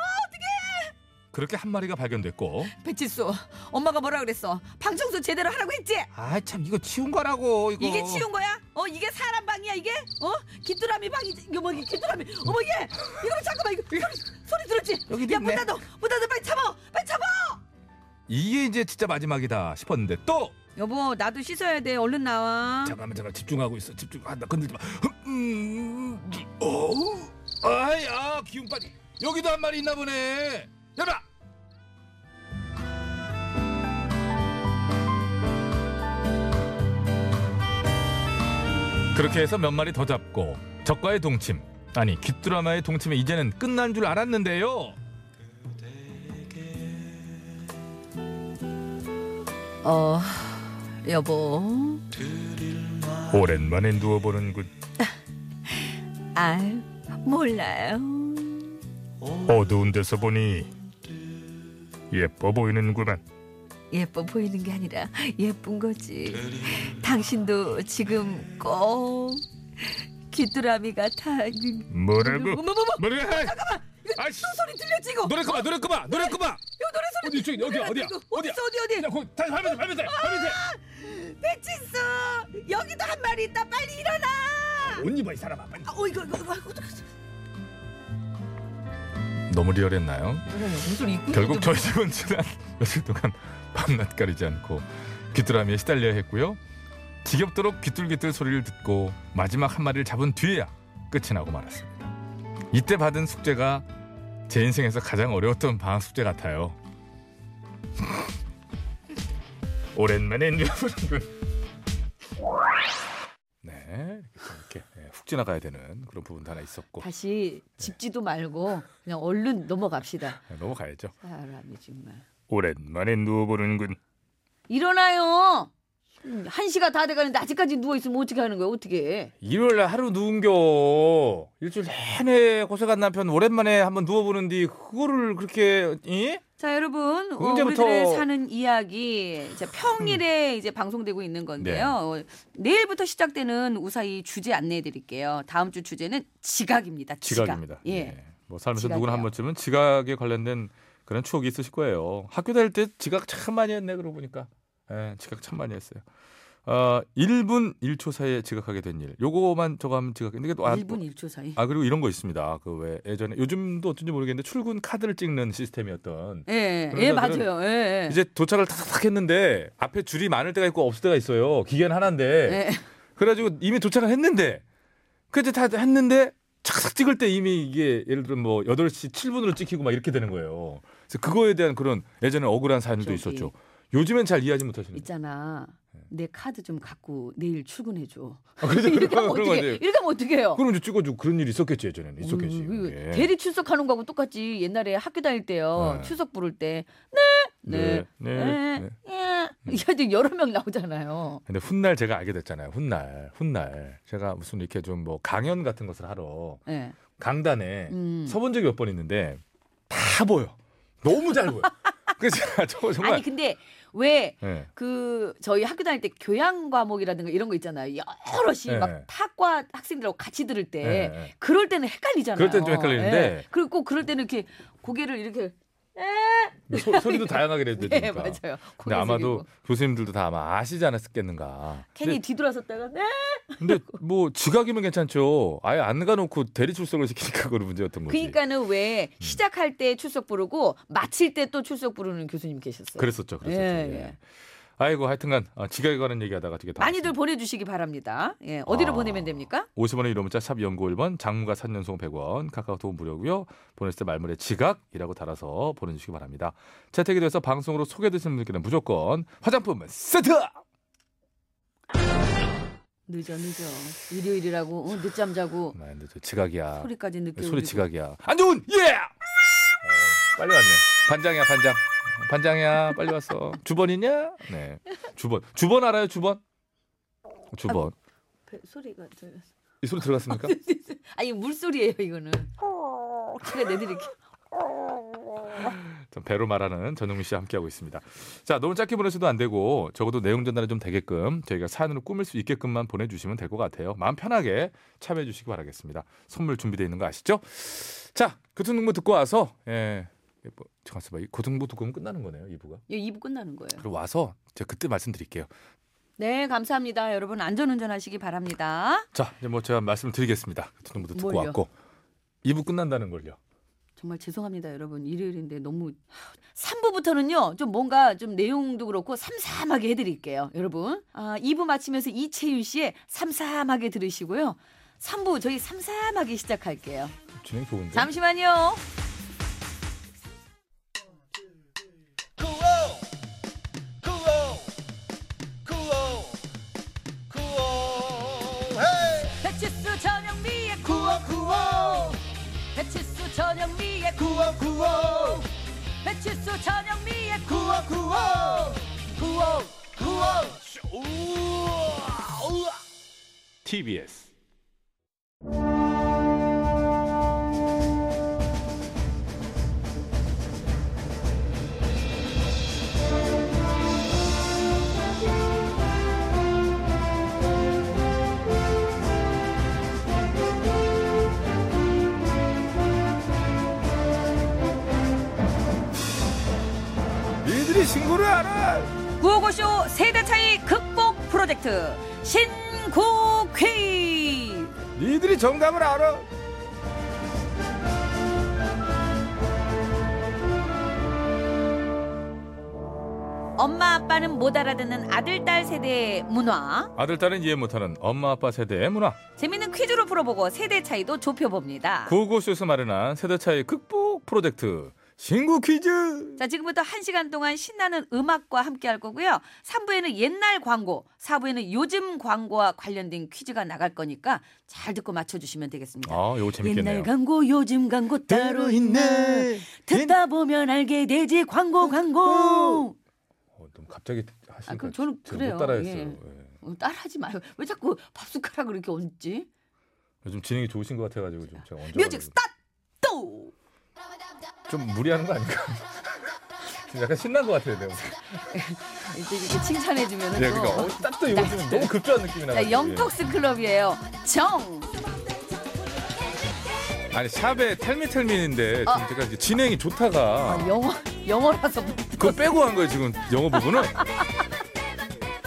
[SPEAKER 10] 그렇게 한 마리가 발견됐고
[SPEAKER 11] 배치수. 엄마가 뭐라 그랬어? 방 청소 제대로 하라고 했지?
[SPEAKER 3] 아 참 이거 치운 거라고 이거.
[SPEAKER 11] 이게 치운 거야? 어 이게 사람 방이야 이게? 어 귀뚜라미 방이지? 이거 뭐 이게 귀뚜라미? 어머 얘 이거 잠깐만 이거 소리, 소리 들었지?
[SPEAKER 3] 여기도
[SPEAKER 11] 야
[SPEAKER 3] 있네.
[SPEAKER 11] 문닫어 문닫어 빨리 잡아 빨리 잡아
[SPEAKER 10] 이게 이제 진짜 마지막이다 싶었는데 또
[SPEAKER 7] 여보 나도 씻어야 돼. 얼른 나와.
[SPEAKER 10] 잠깐만 잠깐 집중하고 있어 집중한다 건들지 마. 음, 어, 아야 기운 빠지. 여기도 한 마리 있나 보네. 열아. 그렇게 해서 몇 마리 더 잡고 적과의 동침 아니 귓드라마의 동침이 이제는 끝난 줄 알았는데요.
[SPEAKER 11] 어 여보
[SPEAKER 10] 오랜만에 누워보는군.
[SPEAKER 11] 아 몰라요
[SPEAKER 10] 어두운 데서 보니 예뻐 보이는구만.
[SPEAKER 11] 예뻐 보이는 게 아니라 예쁜 거지 당신도 지금 꼭 귀뚜라미 같아
[SPEAKER 10] 뭐라고?
[SPEAKER 11] 어머, 어머, 어머.
[SPEAKER 10] 뭐래? 잠깐만. 아씨.
[SPEAKER 11] 소리 들렸지 이거? 네?
[SPEAKER 10] 노래 그만, 노래 그만, 노래 그만.
[SPEAKER 11] 이거 노래 소리
[SPEAKER 10] 어디 저기 여기야 어디야?
[SPEAKER 11] 이거
[SPEAKER 10] 어디야?
[SPEAKER 11] 어디서 어디 어디?
[SPEAKER 10] 그냥 거기 다시 밟으세요, 밟으세요, 밟으세요.
[SPEAKER 11] 배치수 여기도 한 마리 있다 빨리 일어나.
[SPEAKER 10] 옷 입어 이 사람아. 빨리.
[SPEAKER 11] 아, 어 이거 이거 이거, 이거
[SPEAKER 10] 너무 리얼했나요?
[SPEAKER 11] 무슨 입고
[SPEAKER 10] 결국 저희 집은 지난 며칠 동안 밤낮 가리지 않고 귀뚜라미에 시달려야 했고요. 지겹도록 귀뚤귀뚤 소리를 듣고 마지막 한 마리를 잡은 뒤에야 끝이 나고 말았습니다. 이때 받은 숙제가 제 인생에서 가장 어려웠던 방학 숙제 같아요. 오랜만에 누워보는군.
[SPEAKER 1] 네, 이렇게, 좀 이렇게 예, 훅 지나가야 되는 그런 부분도 하나 있었고
[SPEAKER 2] 다시 집지도 말고 그냥 얼른 넘어갑시다.
[SPEAKER 1] 예, 넘어가야죠.
[SPEAKER 2] 사람이 정말.
[SPEAKER 1] 오랜만에 누워보는군.
[SPEAKER 2] 일어나요. 음, 한 시가 다 돼가는데 아직까지 누워 있으면 어떻게 하는 거야? 어떻게?
[SPEAKER 1] 일요일 날 하루 누운겨 일주일 내내 고생한 남편 오랜만에 한번 누워보는 뒤 그거를 그렇게 이?
[SPEAKER 2] 자 여러분 어,
[SPEAKER 1] 언제부터- 음.
[SPEAKER 2] 우리들의 사는 이야기 이제 평일에 이제 방송되고 있는
[SPEAKER 1] 네.
[SPEAKER 2] 건데요. 어, 내일부터 시작되는 우사히 주제 안내해 드릴게요. 다음 주 주제는 지각입니다. 지각.
[SPEAKER 1] 지각입니다.
[SPEAKER 2] 예.
[SPEAKER 1] 예. 뭐 살면서
[SPEAKER 2] 지각이요.
[SPEAKER 1] 누구나 한 번쯤은 지각에 관련된 그런 추억이 있으실 거예요. 학교 다닐 때 지각 참 많이 했네 그러고 보니까. 예, 지각 참 많이 했어요. 어, 1분 1초 사이에 지각하게 된 일. 요거만 저거 하면 지각인데 이게 또 안-
[SPEAKER 2] 1분 1초 사이.
[SPEAKER 1] 아 그리고 이런 거 있습니다. 그 왜 예전에 요즘도 어쩐지 모르겠는데 출근 카드를 찍는 시스템이었던
[SPEAKER 2] 예,
[SPEAKER 1] 그러니까 그런
[SPEAKER 2] 예
[SPEAKER 1] 사람들은
[SPEAKER 2] 맞아요. 예, 예.
[SPEAKER 1] 이제 도착을 탁탁탁 했는데 앞에 줄이 많을 때가 있고 없을 때가 있어요. 기계는 하나인데
[SPEAKER 2] 예.
[SPEAKER 1] 그래가지고 이미 도착을 했는데 그때 다 했는데 착착 찍을 때 이미 이게 예를 들면 뭐 8시 7분으로 찍히고 막 이렇게 되는 거예요. 그래서 그거에 대한 그런 예전에 억울한 사연도
[SPEAKER 2] 저기.
[SPEAKER 1] 있었죠. 요즘엔 잘 이해하지 못하시는 거예요.
[SPEAKER 2] 있잖아.
[SPEAKER 1] 네.
[SPEAKER 2] 내 카드 좀 갖고 내일 출근해 줘.
[SPEAKER 1] 아, 그래서
[SPEAKER 2] 이렇게 하면
[SPEAKER 1] 그런
[SPEAKER 2] 어떻게?
[SPEAKER 1] 거지.
[SPEAKER 2] 이렇게 하면 어떻게 해요?
[SPEAKER 1] 그럼 이제 찍어주고 그런 일이 있었겠지 예전에는 있었겠지.
[SPEAKER 2] 어이구,
[SPEAKER 1] 예.
[SPEAKER 2] 대리 출석하는 거하고 똑같이 옛날에 학교 다닐 때요.
[SPEAKER 1] 네.
[SPEAKER 2] 출석 부를 때
[SPEAKER 1] 네.
[SPEAKER 2] 네.
[SPEAKER 1] 네.
[SPEAKER 2] 예.
[SPEAKER 1] 네.
[SPEAKER 2] 예. 이게 여러 명 나오잖아요.
[SPEAKER 1] 근데 훗날 제가 알게 됐잖아요. 훗날, 훗날 제가 무슨 이렇게 좀 뭐 강연 같은 것을 하러
[SPEAKER 2] 예.
[SPEAKER 1] 강단에
[SPEAKER 2] 음.
[SPEAKER 1] 서본 적이 몇 번 있는데 다 보여. 너무 잘 보여. 그래서 제가 저 정말
[SPEAKER 2] 아니 근데 왜?
[SPEAKER 1] 예.
[SPEAKER 2] 그 저희 학교 다닐 때 교양 과목이라든가 이런 거 있잖아요. 여럿이
[SPEAKER 1] 네.
[SPEAKER 2] 막 타과 학생들하고 같이 들을 때
[SPEAKER 1] 예, 예.
[SPEAKER 2] 그럴 때는 헷갈리잖아요.
[SPEAKER 1] 그럴 때는 좀 헷갈리는데.
[SPEAKER 2] 예. 그리고 꼭 그럴 때는 이렇게 고개를 이렇게 에
[SPEAKER 1] 소, 소리도 다양하게 내도 되니까.
[SPEAKER 2] 네, 맞아요.
[SPEAKER 1] 그러니까. 근데
[SPEAKER 2] 고개
[SPEAKER 1] 아마도
[SPEAKER 2] 숙이고.
[SPEAKER 1] 교수님들도 다 아마 아시지 않았겠는가.
[SPEAKER 11] 괜히 뒤돌아섰다가 네.
[SPEAKER 1] 근데, 근데 뭐 지각이면 괜찮죠. 아예 안 가놓고 대리 출석을 시키니까 그런 문제였던 거지. 음.
[SPEAKER 11] 그러니까는 왜 시작할 때 출석 부르고 마칠 때 또 출석 부르는 교수님 계셨어요.
[SPEAKER 1] 그랬었죠, 그랬었죠.
[SPEAKER 11] 예,
[SPEAKER 1] 예.
[SPEAKER 11] 예.
[SPEAKER 1] 아이고 하여튼간 아, 지각에 관한 얘기하다가 되게 다
[SPEAKER 11] 많이들 보내주시기 바랍니다. 예, 어디로
[SPEAKER 1] 아.
[SPEAKER 11] 보내면 됩니까?
[SPEAKER 1] 50원의 유료 문자 샵 연구 1번 장무가 3년송 100원 카카오톡 무료고요. 보냈을 때 말물에 지각이라고 달아서 보내주시기 바랍니다. 채택이 돼서 방송으로 소개되시는 분들께는 무조건 화장품 세트! 아,
[SPEAKER 2] 늦어 늦어. 일요일이라고 어, 늦잠 자고
[SPEAKER 1] 아, 근데 저 지각이야. 소리,
[SPEAKER 2] 소리까지 늦게 울리고.
[SPEAKER 1] 지각이야. 안 좋은! 예! 어, 빨리 왔네. 반장이야 반장. 반장이야 빨리 왔어. 주번이냐? 네. 주번. 주번 알아요 주번? 주번.
[SPEAKER 11] 배- 소리가 들렸어.
[SPEAKER 1] 이 소리 들어갔습니까?
[SPEAKER 11] 아니 물소리예요 이거는. 제가 내드릴게요.
[SPEAKER 1] 참 배로 말하는 전용민 씨와 함께하고 있습니다. 자, 너무 짧게 보내셔도 안 되고 적어도 내용 전달이 좀 되게끔 저희가 사연으로 꾸밀 수 있게끔만 보내주시면 될 것 같아요. 마음 편하게 참여해 주시기 바라겠습니다. 선물 준비되어 있는 거 아시죠? 자, 교통정보 듣고 와서 예, 예, 뭐, 잠깐만 이 교통정보 듣고 오면 끝나는 거네요, 이부가
[SPEAKER 2] 예, 2부 끝나는 거예요.
[SPEAKER 1] 그리고 와서 제가 그때 말씀드릴게요.
[SPEAKER 2] 네, 감사합니다. 여러분 안전운전 하시기 바랍니다.
[SPEAKER 1] 자, 이제 뭐 제가 말씀드리겠습니다. 교통정보도 듣고
[SPEAKER 2] 뭘요?
[SPEAKER 1] 왔고 2부 끝난다는 걸요.
[SPEAKER 2] 정말 죄송합니다, 여러분. 일요일인데 너무 3부부터는요. 좀 뭔가 좀 내용도 그렇고 삼삼하게 해 드릴게요, 여러분. 아, 2부 마치면서 이채윤 씨의 삼삼하게 들으시고요. 3부 저희 삼삼하게 시작할게요.
[SPEAKER 1] 진행 좋은데.
[SPEAKER 2] 네. 잠시만요. 배치수 전영미의 구호 구호. 배치수 전영미의 구호 구호. 배치수 전영미의 구호 구호. 구호 구호.
[SPEAKER 1] TBS.
[SPEAKER 3] 니들이 신고를 알아.
[SPEAKER 2] 구호고쇼 세대 차이 극복 프로젝트 신고퀴.
[SPEAKER 3] 니들이 정답을 알아.
[SPEAKER 2] 엄마 아빠는 못 알아듣는 아들 딸 세대의 문화
[SPEAKER 1] 아들 딸은 이해 못하는 엄마 아빠 세대의 문화.
[SPEAKER 2] 재밌는 퀴즈로 풀어보고 세대 차이도 좁혀봅니다.
[SPEAKER 1] 구호고쇼에서 마련한 세대 차이 극복 프로젝트 신구 퀴즈.
[SPEAKER 2] 자 지금부터 한 시간 동안 신나는 음악과 함께 할 거고요. 3부에는 옛날 광고, 4부에는 요즘 광고와 관련된 퀴즈가 나갈 거니까 잘 듣고 맞춰주시면 되겠습니다.
[SPEAKER 1] 아, 요거 재밌겠네요. 어,
[SPEAKER 2] 옛날 광고, 요즘 광고 따로 있나? 듣다 보면 알게 되지 광고 광고.
[SPEAKER 1] 어, 너무 갑자기 하시니까
[SPEAKER 2] 아, 그럼 저는
[SPEAKER 1] 제가
[SPEAKER 2] 그래요.
[SPEAKER 1] 못 따라했어요.
[SPEAKER 2] 예.
[SPEAKER 1] 예.
[SPEAKER 2] 어, 따라하지 마요. 왜 자꾸 밥숟가락을 이렇게 얹지?
[SPEAKER 1] 요즘 진행이 좋으신 것 같아가지고 좀 제가 언제
[SPEAKER 2] 뮤직 스타트!
[SPEAKER 1] 좀 무리하는 거 아닌가? 지금 약간 신난 것 같아요, 내가.
[SPEAKER 2] 이제 이렇게 칭찬해주면
[SPEAKER 1] 예, 그러니까 어, 딱또 이거 좀 너무 급조한 느낌이
[SPEAKER 2] 자,
[SPEAKER 1] 나가지고.
[SPEAKER 2] 영톡스 클럽이에요. 정.
[SPEAKER 1] 예. 아니 샵에 텔미텔미인데 지금 제가 이제 진행이 좋다가
[SPEAKER 2] 아, 영어 영어라서 못-
[SPEAKER 1] 그거 빼고 한 거예요 지금 영어 부분은.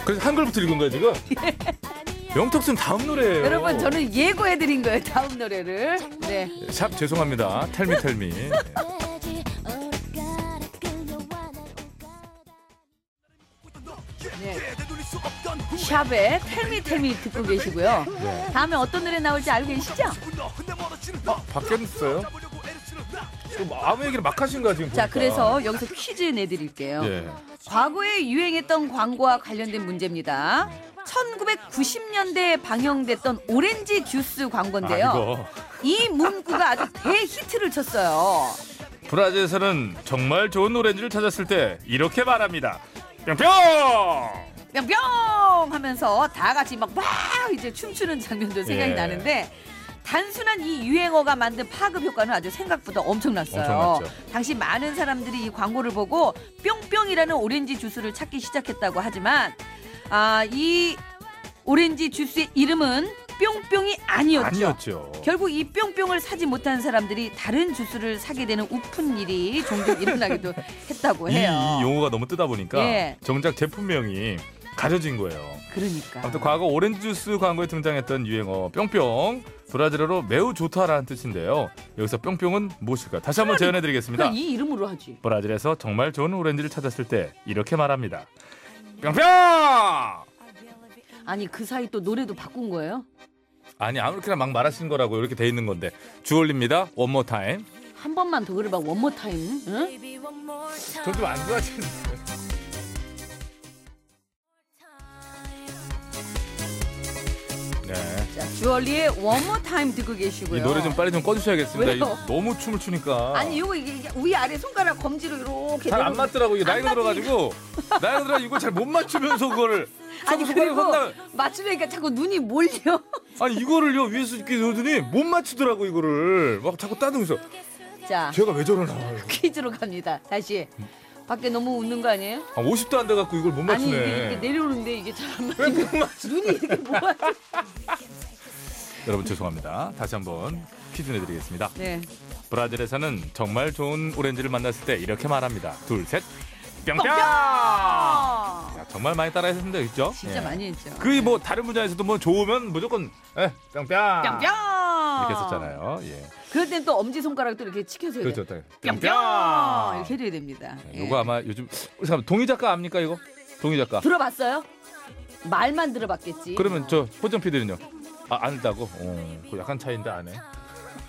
[SPEAKER 1] 그래서 한글부터 읽은 거예요 지금. 영턱슨 다음 노래예요.
[SPEAKER 2] 여러분 저는 예고해 드린 거예요. 다음 노래를. 네.
[SPEAKER 1] 샵 죄송합니다. 텔미 텔미.
[SPEAKER 2] 샵에 텔미 텔미 듣고 계시고요.
[SPEAKER 1] 네.
[SPEAKER 2] 다음에 어떤 노래 나올지 알고 계시죠?
[SPEAKER 1] 바뀌었어요? 지금 아무 얘기를 막 하신 거야 지금.
[SPEAKER 2] 자,
[SPEAKER 1] 보니까.
[SPEAKER 2] 그래서 여기서 퀴즈 내 드릴게요.
[SPEAKER 1] 아. 예.
[SPEAKER 2] 과거에 유행했던 광고와 관련된 문제입니다. 1990년대에 방영됐던 오렌지 주스
[SPEAKER 1] 아,
[SPEAKER 2] 광고인데요.
[SPEAKER 1] 이거
[SPEAKER 2] 이 문구가 아주 대히트를 쳤어요.
[SPEAKER 1] 브라질에서는 정말 좋은 오렌지를 찾았을 때 이렇게 말합니다. 뿅뿅.
[SPEAKER 2] 그냥 뿅 하면서 다 같이 막 막 이제 춤추는 장면도 생각이
[SPEAKER 1] 예.
[SPEAKER 2] 나는데 단순한 이 유행어가 만든 파급 효과는 아주 생각보다 엄청났어요.
[SPEAKER 1] 엄청났죠.
[SPEAKER 2] 당시 많은 사람들이 이 광고를 보고 뿅뿅이라는 오렌지 주스를 찾기 시작했다고 하지만 아, 이 오렌지 주스의 이름은 뿅뿅이 아니었죠.
[SPEAKER 1] 아니었죠.
[SPEAKER 2] 결국 이 뿅뿅을 사지 못한 사람들이 다른 주스를 사게 되는 우픈 일이 종종 일어나기도 했다고
[SPEAKER 1] 이,
[SPEAKER 2] 해요.
[SPEAKER 1] 이 용어가 너무 뜨다 보니까
[SPEAKER 2] 예.
[SPEAKER 1] 정작 제품명이 가려진 거예요.
[SPEAKER 2] 그러니까.
[SPEAKER 1] 아무튼 과거 오렌지 주스 광고에 등장했던 유행어 뿅뿅 브라질어로 매우 좋다라는 뜻인데요. 여기서 뿅뿅은 무엇일까? 다시 한번 재연해 드리겠습니다.
[SPEAKER 2] 그냥 이 이름으로 하지.
[SPEAKER 1] 브라질에서 정말 좋은 오렌지를 찾았을 때 이렇게 말합니다. 뿅뿅!
[SPEAKER 2] 아니 그 사이 또 노래도 바꾼 거예요?
[SPEAKER 1] 아니 아무렇게나 막 말하시는 거라고 이렇게 돼 있는 건데 주얼리입니다. 원모 타임.
[SPEAKER 2] 한 번만 더 그래봐 원모 타임. 응?
[SPEAKER 1] 저도 안 좋아지는데. 네.
[SPEAKER 2] 자 주얼리의 원모 타임 듣고 계시고요.
[SPEAKER 1] 이 노래 좀 빨리 좀 꺼주셔야겠습니다. 이
[SPEAKER 2] 왜요?
[SPEAKER 1] 너무 춤을 추니까.
[SPEAKER 7] 아니 요거 이게 이게 위 아래 손가락 검지로 이렇게
[SPEAKER 1] 잘
[SPEAKER 7] 내려오는
[SPEAKER 1] 안 맞더라고 이게 나이가 들어가지고 나이가 들어 이걸 잘 못 맞추면서 그거를
[SPEAKER 2] 아니
[SPEAKER 1] 손- 손가락에
[SPEAKER 2] 그리고
[SPEAKER 1] 손날-
[SPEAKER 2] 맞추려니까 자꾸 눈이 몰려.
[SPEAKER 1] 아니 이거를요 위에서 이렇게 놓더니 못 맞추더라고 이거를 막 자꾸 따듬면서
[SPEAKER 2] 자
[SPEAKER 1] 제가 왜 저러나 아,
[SPEAKER 2] 퀴즈로 갑니다. 다시. 밖에 너무 웃는 거 아니에요?
[SPEAKER 1] 50도 안 돼갖고 이걸 못
[SPEAKER 2] 아니 이게 이렇게
[SPEAKER 1] 맞추네
[SPEAKER 2] 내려오는데 이게 잘 안 맞.
[SPEAKER 1] 왜 못 맞추
[SPEAKER 2] 눈이 이렇게 뭐야?
[SPEAKER 1] 여러분 죄송합니다 다시 한번 퀴즈 내드리겠습니다
[SPEAKER 2] 네.
[SPEAKER 1] 브라질에서는 정말 좋은 오렌지를 만났을 때 이렇게 말합니다 둘셋 뿅뿅 야, 정말 많이 따라했는데 그죠
[SPEAKER 2] 아.
[SPEAKER 1] 예.
[SPEAKER 2] 진짜 많이 했죠.
[SPEAKER 1] 네. 그이 뭐 다른 분야에서도 뭐 좋으면 무조건 에 뿅뿅
[SPEAKER 2] 뿅뿅.
[SPEAKER 1] 이렇게 했었잖아요 예
[SPEAKER 2] 그럴 땐 또 엄지 손가락도 이렇게 치켜서 해야 돼.
[SPEAKER 1] 그렇죠 딱.
[SPEAKER 2] 뿅뿅 이렇게 해줘야 됩니다. 예.
[SPEAKER 1] 요거 아마 요즘 우리 잠깐 동희 작가 압니까 이거? 동희 작가.
[SPEAKER 2] 들어봤어요? 말만 들어봤겠지.
[SPEAKER 1] 그러면 저 호정 PD는요? 아, 안 했다고? 어, 그 약간 차이인데 안 해.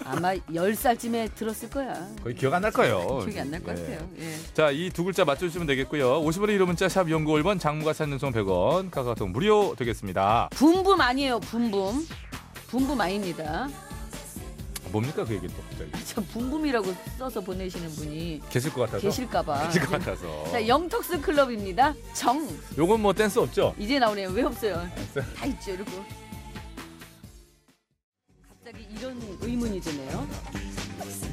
[SPEAKER 2] 아마 열 살쯤에 들었을 거야.
[SPEAKER 1] 거의 기억 안 날 거예요.
[SPEAKER 2] 기억이 안 날 것
[SPEAKER 1] 예.
[SPEAKER 2] 같아요. 예.
[SPEAKER 1] 자, 이 두 글자 맞춰주시면 되겠고요. 50원의 1호 문자, 샵 연구 1번, 장무가 사는 송 100원, 카카오톡 무료 되겠습니다.
[SPEAKER 2] 붐붐 아니에요. 붐붐. 붐붐 아닙니다.
[SPEAKER 1] 뭡니까 그 얘기 또 갑자기.
[SPEAKER 2] 저 붐붐이라고 써서 보내시는 분이
[SPEAKER 1] 계실 것 같아서.
[SPEAKER 2] 계실까봐.
[SPEAKER 1] 계실 것 같아서.
[SPEAKER 2] 자, 영턱스 클럽입니다. 정.
[SPEAKER 1] 요건 뭐 댄스 없죠?
[SPEAKER 2] 이제 나오네요. 왜 없어요? 다 있죠, 이러고. 갑자기 이런 의문이 드네요.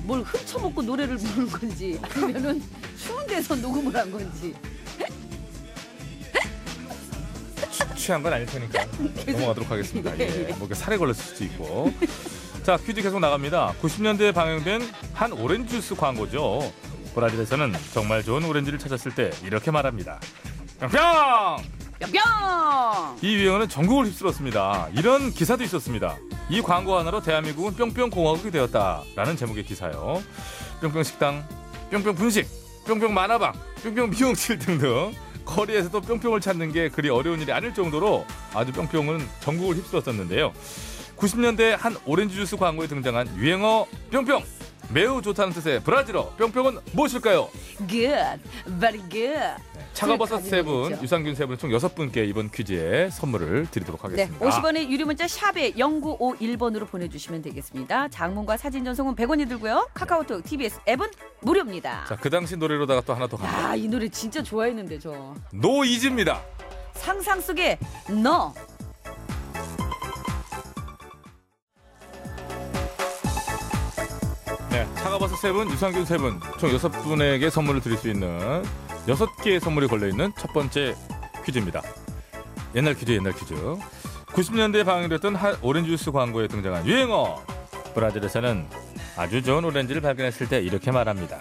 [SPEAKER 2] 뭘 훔쳐먹고 노래를 부른 건지 아니면은 추운 데서 녹음을 한 건지
[SPEAKER 1] 취한 건 아닐 테니까 넘어가도록 하겠습니다. 예, 뭐 이렇게 살에 걸렸을 수도 있고. 자 퀴즈 계속 나갑니다. 90년대에 방영된 한 오렌지 주스 광고죠. 브라질에서는 정말 좋은 오렌지를 찾았을 때 이렇게 말합니다. 뿅뿅!
[SPEAKER 2] 뿅뿅!
[SPEAKER 1] 이 유행어는 전국을 휩쓸었습니다. 이런 기사도 있었습니다. 이 광고 하나로 대한민국은 뿅뿅 공화국이 되었다라는 제목의 기사요. 뿅뿅 식당, 뿅뿅 분식, 뿅뿅 만화방, 뿅뿅 미용실 등등 거리에서도 뿅뿅을 찾는 게 그리 어려운 일이 아닐 정도로 아주 뿅뿅은 전국을 휩쓸었었는데요. 90년대 한 오렌지 주스 광고에 등장한 유행어 뿅뿅 매우 좋다는 뜻의 브라질어 뿅뿅은 무엇일까요?
[SPEAKER 2] Good, very good.
[SPEAKER 1] 차가버섯
[SPEAKER 2] 그 가지고
[SPEAKER 1] 세 분,
[SPEAKER 2] 있죠.
[SPEAKER 1] 유산균 세 분, 총 여섯 분께 이번 퀴즈에 선물을 드리도록
[SPEAKER 2] 네,
[SPEAKER 1] 하겠습니다.
[SPEAKER 2] 50원의 유료 문자 샵에 0951번으로 보내주시면 되겠습니다. 장문과 사진 전송은 100원이 들고요. 카카오톡, TBS 앱은 무료입니다.
[SPEAKER 1] 자, 그 당시 노래로다가 또 하나 더 갑니다.
[SPEAKER 2] 야, 이 노래 진짜 좋아했는데 저.
[SPEAKER 1] 노이즈입니다.
[SPEAKER 2] 상상 속에 너.
[SPEAKER 1] 네, 차가버섯 세 분, 유산균 세 분, 총 여섯 분에게 선물을 드릴 수 있는 여섯 개의 선물이 걸려 있는 첫 번째 퀴즈입니다. 옛날 퀴즈, 옛날 퀴즈. 90년대에 방영됐던 한 오렌지 주스 광고에 등장한 유행어. 브라질에서는 아주 좋은 오렌지를 발견했을 때 이렇게 말합니다.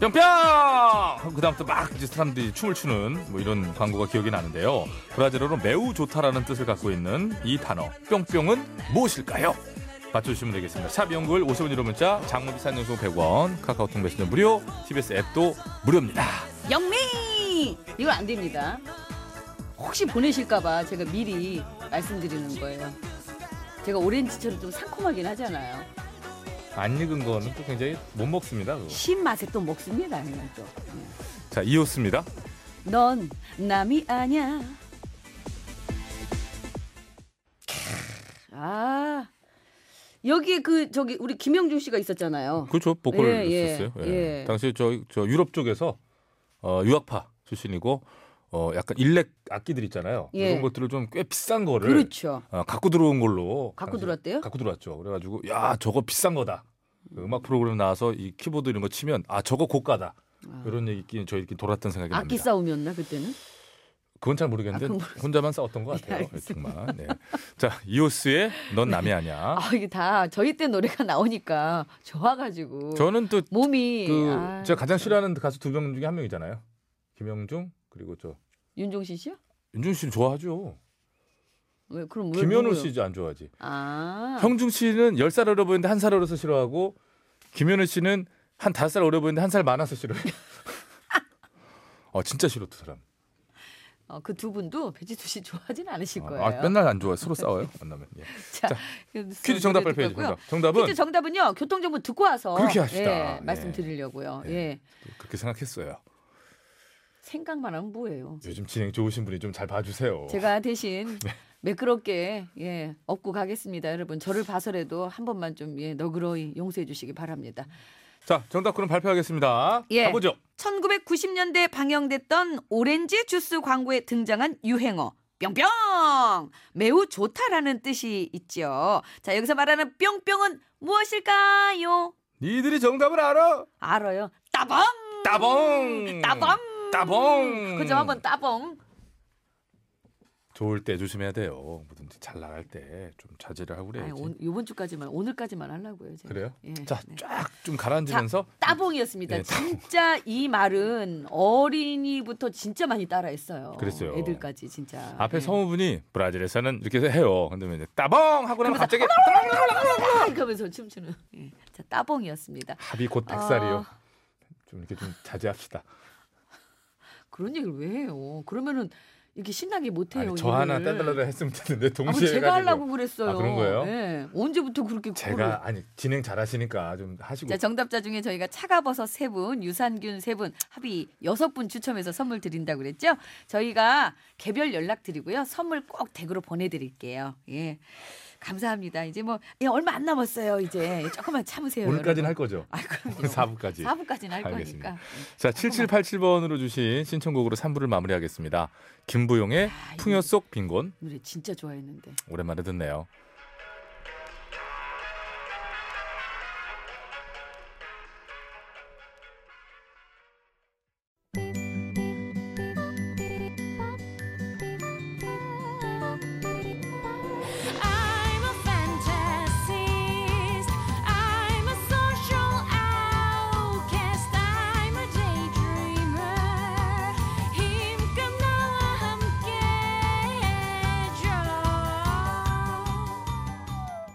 [SPEAKER 1] 뿅뿅! 하고 그다음부터 막 이제 사람들이 춤을 추는 뭐 이런 광고가 기억이 나는데요. 브라질어로 매우 좋다라는 뜻을 갖고 있는 이 단어 뿅뿅은 무엇일까요? 맞춰주시면 되겠습니다. 샵 연구일 50원 1호 문자, 장문 비싼 연속 100원, 카카오톡 메신저 무료, TBS 앱도 무료입니다.
[SPEAKER 2] 영미 이건 안 됩니다. 혹시 보내실까봐 제가 미리 말씀드리는 거예요. 제가 오렌지처럼 좀 상콤하긴 하잖아요.
[SPEAKER 1] 안 읽은 거는 또 굉장히 못 먹습니다. 그거.
[SPEAKER 2] 신맛에 또 먹습니다. 이건 또.
[SPEAKER 1] 자, 이호스입니다.
[SPEAKER 2] 넌 남이 아냐. 아 여기에 그 저기 우리 김영준 씨가 있었잖아요.
[SPEAKER 1] 그렇죠. 보컬을
[SPEAKER 2] 예, 예,
[SPEAKER 1] 했었어요. 예.
[SPEAKER 2] 예.
[SPEAKER 1] 당시 저, 저 유럽 쪽에서 어, 유학파 출신이고 어, 약간 일렉 악기들 있잖아요.
[SPEAKER 2] 예.
[SPEAKER 1] 이런 것들을 좀 꽤 비싼 거를
[SPEAKER 2] 그렇죠.
[SPEAKER 1] 어, 갖고 들어온 걸로
[SPEAKER 2] 갖고
[SPEAKER 1] 당시-
[SPEAKER 2] 들어왔대요?
[SPEAKER 1] 갖고 들어왔죠. 그래가지고 야 저거 비싼 거다. 그 음악 프로그램 나와서 이 키보드 이런 거 치면 아 저거 고가다. 이런 얘기 저희끼리 돌았던 생각이
[SPEAKER 2] 아. 악기
[SPEAKER 1] 납니다.
[SPEAKER 2] 싸움이었나 그때는?
[SPEAKER 1] 그건 잘 모르겠는데
[SPEAKER 12] 아, 그건
[SPEAKER 1] 혼자만 싸웠던 것 같아요.
[SPEAKER 12] 네,
[SPEAKER 1] 이쪽만. 네. 자 이오스의 넌 남이 아니야.
[SPEAKER 13] 아 이게 다 저희 때 노래가 나오니까
[SPEAKER 2] 뭐.
[SPEAKER 13] 좋아가지고
[SPEAKER 1] 저는 또 그
[SPEAKER 2] 예,
[SPEAKER 13] 몸이 아,
[SPEAKER 1] 제가 가장 싫어하는 가수 두 명 중에 한 명이잖아요. 김영중 그리고 저
[SPEAKER 13] 윤종신 씨요?
[SPEAKER 1] 윤준 씨는 좋아하죠.
[SPEAKER 13] 왜 그럼 왜
[SPEAKER 1] 김현우
[SPEAKER 13] 누구요?
[SPEAKER 1] 씨 안 좋아하지.
[SPEAKER 13] 아
[SPEAKER 1] 형중 씨는 10살 어려 보이는데 한 살 어려서 싫어하고 김현우 씨는 한 5살 어려 보이는데 한 살 많아서 싫어해요. 어, 진짜 싫어 두 사람.
[SPEAKER 13] 그 두 분도 배지수 씨 좋아하진 않으실 거예요.
[SPEAKER 1] 아, 맨날 안 좋아해. 서로 싸워요. 만나면. 예.
[SPEAKER 13] 자,
[SPEAKER 1] 자,
[SPEAKER 13] 그래서
[SPEAKER 1] 퀴즈 정답
[SPEAKER 13] 노래
[SPEAKER 1] 발표해
[SPEAKER 13] 듣고
[SPEAKER 1] 주세요.
[SPEAKER 13] 왔고요.
[SPEAKER 1] 정답은
[SPEAKER 13] 퀴즈 정답은요. 교통정보 듣고 와서
[SPEAKER 1] 그렇게 합시다.
[SPEAKER 13] 예,
[SPEAKER 1] 예.
[SPEAKER 13] 말씀드리려고요.
[SPEAKER 1] 예.
[SPEAKER 13] 예.
[SPEAKER 1] 그렇게 생각했어요.
[SPEAKER 13] 생각만 하면 뭐예요.
[SPEAKER 1] 요즘 진행 좋으신 분이 좀 잘 봐주세요.
[SPEAKER 13] 제가 대신
[SPEAKER 1] 네.
[SPEAKER 13] 매끄럽게 예 업고 가겠습니다, 여러분. 저를 봐서라도 한 번만 좀 예, 너그러이 용서해 주시기 바랍니다.
[SPEAKER 1] 자, 정답 그럼 발표하겠습니다.
[SPEAKER 2] 예.
[SPEAKER 1] 가보죠.
[SPEAKER 2] 1990년대 방영됐던 오렌지 주스 광고에 등장한 유행어 뿅뿅 매우 좋다라는 뜻이 있죠. 자 여기서 말하는 뿅뿅은 무엇일까요?
[SPEAKER 1] 니들이 정답을 알아?
[SPEAKER 2] 알아요. 따봉
[SPEAKER 1] 따봉.
[SPEAKER 2] 따봉
[SPEAKER 1] 따봉.
[SPEAKER 13] 그점 한번 따봉.
[SPEAKER 1] 좋을 때 조심해야 돼요. 뭐든지 잘 나갈 때 좀 자제를 하고
[SPEAKER 13] 아,
[SPEAKER 1] 그래야지.
[SPEAKER 13] 이번 주까지만 오늘까지만 하려고요. 제가.
[SPEAKER 1] 네, 그래요?
[SPEAKER 13] 예.
[SPEAKER 1] 자,
[SPEAKER 13] 네.
[SPEAKER 1] 쫙 좀 가라앉으면서
[SPEAKER 13] 따봉이었습니다.
[SPEAKER 1] 예, 따봉.
[SPEAKER 13] 진짜 이 말은 어린이부터 진짜 많이 따라했어요.
[SPEAKER 1] 그랬어요.
[SPEAKER 13] 애들까지 진짜.
[SPEAKER 1] 앞에
[SPEAKER 13] 예.
[SPEAKER 1] 성우분이 브라질에서는 이렇게 해요. 근데 이제 따봉 하고 나면 갑자기
[SPEAKER 13] 아, 그러면서 춤추는. 예. 자, 따봉이었습니다.
[SPEAKER 1] 합이 곧 닭살이요.
[SPEAKER 13] 아.
[SPEAKER 1] 좀 이렇게 좀 자제합시다.
[SPEAKER 13] 그런 얘기를 왜 해요? 그러면은 이렇게 신나게 못 해요.
[SPEAKER 1] 아니, 저 하나
[SPEAKER 13] 일을.
[SPEAKER 1] 딴달라라 했으면 됐는데
[SPEAKER 13] 아, 그거
[SPEAKER 1] 동시에
[SPEAKER 13] 제가
[SPEAKER 1] 해가지고.
[SPEAKER 13] 하려고 그랬어요.
[SPEAKER 1] 아, 그런 거예요?
[SPEAKER 13] 예. 언제부터 그렇게 그거를-
[SPEAKER 1] 제가 아니 진행 잘하시니까 좀 하시고
[SPEAKER 12] 자, 정답자 중에 저희가 차가버섯 세분 유산균 세분 합의 여섯 분 추첨해서 선물 드린다고 그랬죠? 저희가 개별 연락 드리고요. 선물 꼭 댁으로 보내 드릴게요. 예. 감사합니다. 이제 뭐 예, 얼마 안 남았어요. 이제 조금만 참으세요.
[SPEAKER 1] 오늘까지는 할 거죠.
[SPEAKER 12] 아, 그럼요.
[SPEAKER 1] 4부까지.
[SPEAKER 12] 4부까지는 예. 할
[SPEAKER 1] 알겠습니다.
[SPEAKER 12] 거니까.
[SPEAKER 1] 자, 7787번으로 주신 신청곡으로 3부를 마무리하겠습니다. 김부용의
[SPEAKER 13] 아, 이-
[SPEAKER 1] 풍요 속 빈곤
[SPEAKER 13] 이 노래 진짜 좋아했는데.
[SPEAKER 1] 오랜만에 듣네요.
[SPEAKER 14] I'm a fantasist. I'm a social outcast. I'm a daydreamer. 힘껏 나와 함께 해줘.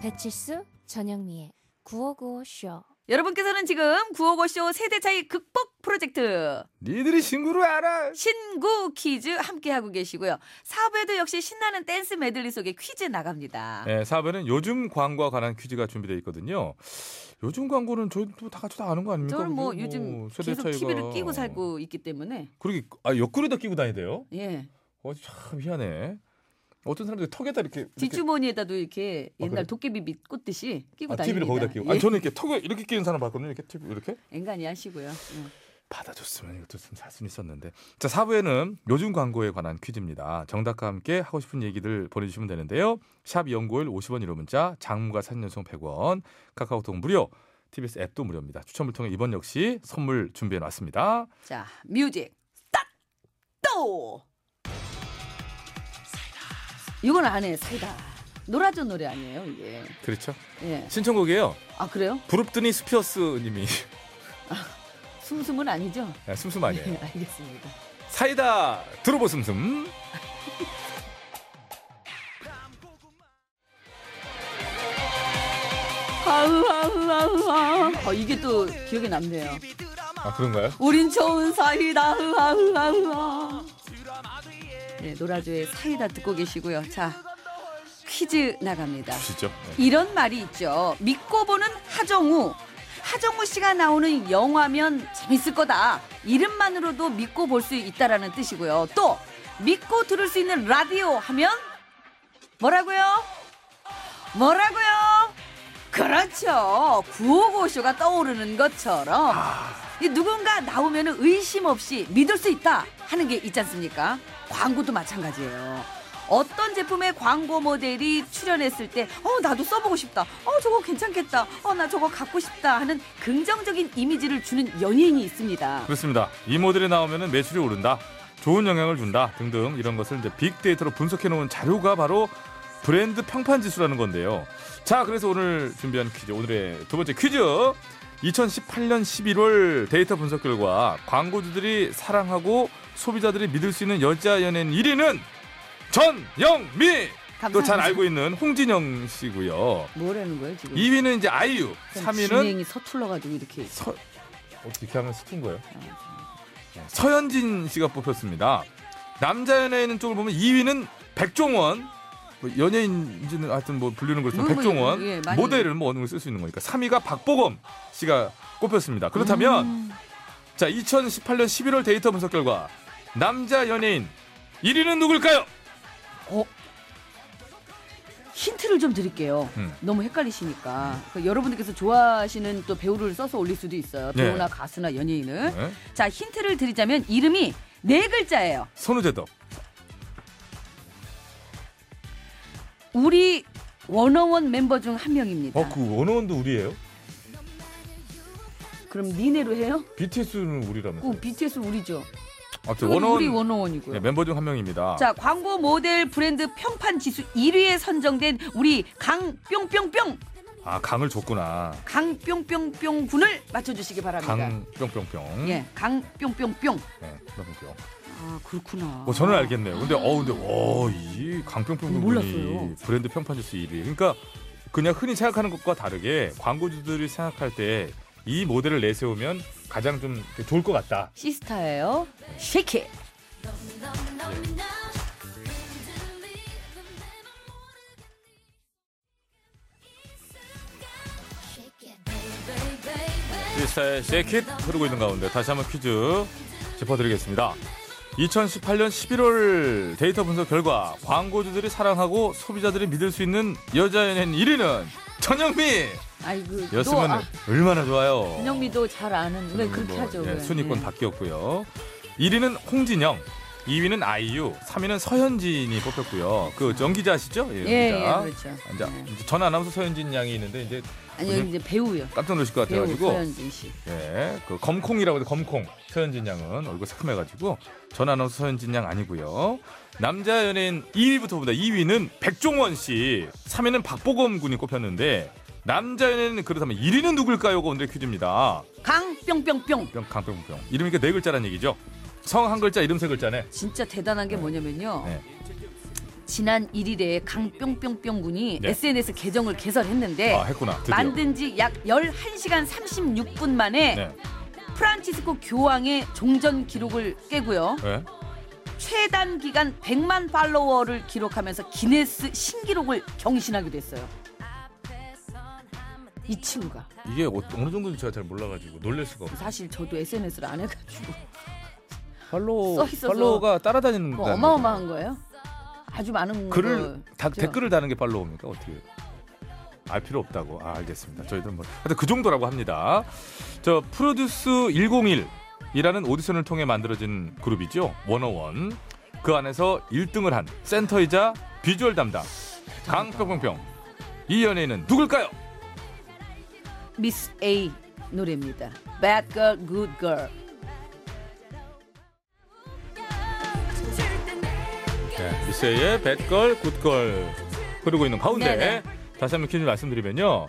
[SPEAKER 14] 배칠수 전영미의 9595쇼.
[SPEAKER 2] 여러분께서는 지금 955쇼 세대 차이 극복 프로젝트
[SPEAKER 1] 니들이 신구를 알아.
[SPEAKER 2] 신구 퀴즈 함께하고 계시고요. 사부에도 역시 신나는 댄스 메들리 속에 퀴즈 나갑니다.
[SPEAKER 1] 네, 4부는 요즘 광고와 관한 퀴즈가 준비되어 있거든요. 요즘 광고는 저희도 다 같이 다 아는 거 아닙니까?
[SPEAKER 2] 저는 뭐
[SPEAKER 1] 그죠?
[SPEAKER 2] 요즘
[SPEAKER 1] 그러니까 세대
[SPEAKER 2] 계속
[SPEAKER 1] 차이가.
[SPEAKER 2] TV를 끼고 살고 있기 때문에
[SPEAKER 1] 그러게 아, 옆구리다 끼고 다니대요.
[SPEAKER 2] 예
[SPEAKER 1] 어, 참 희한해. 어떤 사람들이 턱에다 이렇게, 이렇게
[SPEAKER 2] 뒷주머니에다도 이렇게
[SPEAKER 1] 아,
[SPEAKER 2] 옛날
[SPEAKER 1] 그래?
[SPEAKER 2] 도깨비 밑 꽂듯이 끼고
[SPEAKER 1] 아, TV를
[SPEAKER 2] 다닙니다.
[SPEAKER 1] 거기다 끼고.
[SPEAKER 2] 예.
[SPEAKER 1] 아니, 저는 이렇게 턱에 이렇게 끼는 사람 봤거든요. 이렇게 TV 이렇게.
[SPEAKER 2] 앵간히 하시고요. 예.
[SPEAKER 1] 받아줬으면 이것도 좀 살 수 있었는데. 자, 4부에는 요즘 광고에 관한 퀴즈입니다. 정답과 함께 하고 싶은 얘기들 보내주시면 되는데요. 샵 연고일 50원 1호 문자, 장무가 3년송 100원, 카카오톡 무료, TBS 앱도 무료입니다. 추첨을 통해 이번 역시 선물 준비해놨습니다.
[SPEAKER 2] 자 뮤직 스타트.
[SPEAKER 13] 이건 안 해. 사이다. 놀아줘 노래 아니에요, 이게.
[SPEAKER 1] 그렇죠?
[SPEAKER 13] 예.
[SPEAKER 1] 신청곡이에요.
[SPEAKER 13] 아, 그래요?
[SPEAKER 1] 부릅더니 스피어스 님이
[SPEAKER 13] 숨숨은 아니죠?
[SPEAKER 1] 야, 숨숨 아니에요.
[SPEAKER 13] 예, 알겠습니다.
[SPEAKER 1] 사이다 들어보 숨숨.
[SPEAKER 13] 아우, 아우, 아우, 아우.
[SPEAKER 2] 어,
[SPEAKER 13] 아, 이게 또 기억에 남네요.
[SPEAKER 1] 아 그런가요?
[SPEAKER 13] 우린 좋은 사이다. 아우, 아우, 아우, 아우. 예,
[SPEAKER 2] 네,
[SPEAKER 13] 놀아줘의 사이다 듣고 계시고요. 자,
[SPEAKER 2] 퀴즈 나갑니다.
[SPEAKER 1] 진짜?
[SPEAKER 2] 이런 말이 있죠. 믿고 보는 하정우. 하정우 씨가 나오는 영화면 재밌을 거다. 이름만으로도 믿고 볼 수 있다라는 뜻이고요. 또 믿고 들을 수 있는 라디오 하면 뭐라고요? 뭐라고요? 그렇죠. 구호고쇼가 떠오르는 것처럼
[SPEAKER 1] 아.
[SPEAKER 2] 이 누군가 나오면 의심 없이 믿을 수 있다 하는 게 있지 않습니까? 광고도 마찬가지예요. 어떤 제품의 광고 모델이 출연했을 때, 어, 나도 써보고 싶다. 어, 저거 괜찮겠다. 어, 나 저거 갖고 싶다. 하는 긍정적인 이미지를 주는 연예인이 있습니다.
[SPEAKER 1] 그렇습니다. 이 모델이 나오면 매출이 오른다. 좋은 영향을 준다 등등 이런 것을 이제 빅데이터로 분석해 놓은 자료가 바로 브랜드 평판 지수라는 건데요. 자, 그래서 오늘 준비한 퀴즈 오늘의 두 번째 퀴즈. 2018년 11월 데이터 분석 결과 광고주들이 사랑하고 소비자들이 믿을 수 있는 여자 연예인 1위는 전영미. 또 잘
[SPEAKER 2] 감사합니다.
[SPEAKER 1] 알고 있는 홍진영 씨고요.
[SPEAKER 2] 뭐라는 거예요 지금?
[SPEAKER 1] 2위는 이제 아이유, 3위는
[SPEAKER 2] 진행이 서툴러가지고 이렇게
[SPEAKER 1] 어떻게 하면 스킨 거예요? 네, 서현진 씨가 뽑혔습니다. 남자 연예인 쪽을 보면 2위는 백종원. 뭐 연예인인지는 하여튼 뭐 분류는 그렇지만
[SPEAKER 2] 뭐, 뭐,
[SPEAKER 1] 백종원
[SPEAKER 2] 예, 많이-
[SPEAKER 1] 모델을 뭐 어느 걸 쓸 수 있는 거니까 3위가 박보검 씨가 꼽혔습니다. 그렇다면
[SPEAKER 2] 음.
[SPEAKER 1] 자 2018년 11월 데이터 분석 결과 남자 연예인 1위는 누굴까요?
[SPEAKER 2] 힌트를 좀 드릴게요.
[SPEAKER 1] 음.
[SPEAKER 2] 너무 헷갈리시니까 그 여러분들께서 좋아하시는 또 배우를 써서 올릴 수도 있어요.
[SPEAKER 1] 네.
[SPEAKER 2] 배우나 가수나 연예인을.
[SPEAKER 1] 네.
[SPEAKER 2] 자 힌트를 드리자면 이름이 네 글자예요.
[SPEAKER 1] 손우재덕.
[SPEAKER 2] 우리 원어원 멤버 중 한 명입니다.
[SPEAKER 1] 어그 원어원도 우리예요?
[SPEAKER 2] 그럼 니네로 해요?
[SPEAKER 1] BTS는 우리라면서.
[SPEAKER 2] 그 BTS 우리죠.
[SPEAKER 1] 아무튼
[SPEAKER 2] 그건
[SPEAKER 1] 원어원
[SPEAKER 2] 우리 원어원이고요.
[SPEAKER 1] 네, 멤버 중 한 명입니다.
[SPEAKER 2] 자 광고 모델 브랜드 평판 지수 1위에 선정된 우리 강뿅뿅뿅
[SPEAKER 1] 아 강을 줬구나.
[SPEAKER 2] 강뿅뿅뿅 군을 맞춰주시기 바랍니다.
[SPEAKER 1] 강 뿅뿅뿅.
[SPEAKER 2] 예, 강뿅뿅뿅.
[SPEAKER 1] 네, 뿅뿅뿅.
[SPEAKER 2] 아 그렇구나.
[SPEAKER 1] 뭐 저는 알겠네요. 근데 어 근데 어이 강평평 분이 브랜드 평판 지수 1위. 그러니까 그냥 흔히 생각하는 것과 다르게 광고주들이 생각할 때 이 모델을 내세우면 가장 좀 좋을 것 같다.
[SPEAKER 2] 시스타예요. 쉐이키.
[SPEAKER 1] 시스타의 쉐킷 흐르고 있는 가운데 다시 한번 퀴즈 짚어드리겠습니다. 2018년 11월 데이터 분석 결과 광고주들이 사랑하고 소비자들이 믿을 수 있는 여자 연예인 1위는 전영미
[SPEAKER 2] 아이고
[SPEAKER 1] 였으면
[SPEAKER 2] 그, 또
[SPEAKER 1] 얼마나 좋아요.
[SPEAKER 2] 아, 민영미도 잘 아는 왜 네, 그렇게
[SPEAKER 1] 뭐,
[SPEAKER 2] 하죠?
[SPEAKER 1] 예,
[SPEAKER 2] 왜?
[SPEAKER 1] 순위권
[SPEAKER 2] 예.
[SPEAKER 1] 바뀌었고요. 1위는 홍진영, 2위는 아이유, 3위는 서현진이 뽑혔고요. 그 정기자 아시죠? 예,
[SPEAKER 2] 예,
[SPEAKER 1] 연기자.
[SPEAKER 2] 예, 그렇죠.
[SPEAKER 1] 이제 전 아나운서 서현진 양이 있는데 이제
[SPEAKER 2] 아니 여기 이제 배우요.
[SPEAKER 1] 깜짝 놀실 것
[SPEAKER 2] 배우
[SPEAKER 1] 같아가지고
[SPEAKER 2] 서현진 씨.
[SPEAKER 1] 예, 그 검콩이라고 해서 검콩 서현진 양은 얼굴 새콤해가지고 전 아나운서 서현진 양 아니고요. 남자 연예인 2위부터 봅니다. 2위는 백종원 씨, 3위는 박보검 군이 꼽혔는데 남자 연예인 그렇다면 1위는 누굴까요가 오늘의 퀴즈입니다.
[SPEAKER 2] 강뿅뿅뿅.
[SPEAKER 1] 뿅 강뿅뿅 이름이니까 네 글자란 얘기죠. 성 한 글자 이름 세 글자네.
[SPEAKER 2] 진짜 대단한 게 뭐냐면요.
[SPEAKER 1] 네.
[SPEAKER 2] 지난 1일에 강뿅뿅뿅 군이
[SPEAKER 1] 네.
[SPEAKER 2] SNS 계정을 개설했는데
[SPEAKER 1] 아 했구나 드디어.
[SPEAKER 2] 네. 만든 지 약 11시간 36분 만에
[SPEAKER 1] 네.
[SPEAKER 2] 프란치스코 교황의 종전 기록을 깨고요.
[SPEAKER 1] 네.
[SPEAKER 2] 최단 기간 100만 팔로워를 기록하면서 기네스 신기록을 경신하기도 했어요. 이 친구가
[SPEAKER 1] 이게 어, 느 정도인지 제가 잘 몰라가지고 놀랄 수가 없어.
[SPEAKER 2] 사실 저도 SNS를 안 해가지고
[SPEAKER 1] 팔로우
[SPEAKER 2] 써 있어서
[SPEAKER 1] 팔로우가 따라다니는
[SPEAKER 2] 뭐 어마어마한 거예요. 아주 많은
[SPEAKER 1] 네, 글을
[SPEAKER 2] 거-
[SPEAKER 1] 다,
[SPEAKER 2] 그죠?
[SPEAKER 1] 댓글을 다는 게 팔로우입니까 어떻게? 알 필요 없다고. 아 알겠습니다. 저희들은 뭐 하여튼 그 정도라고 합니다. 저 프로듀스 101 이라는 오디션을 통해 만들어진 그룹이죠. 원어원. 그 안에서 1등을 한 센터이자 비주얼 담당 강뿅뿅뿅. 이 연예인은 누굴까요?
[SPEAKER 2] 미스 A 노래입니다. Bad Girl, Good Girl.
[SPEAKER 1] 네, 미세의 백걸, 굿걸 흐르고 있는 가운데
[SPEAKER 2] 네네.
[SPEAKER 1] 다시 한번 퀴즈 말씀드리면요.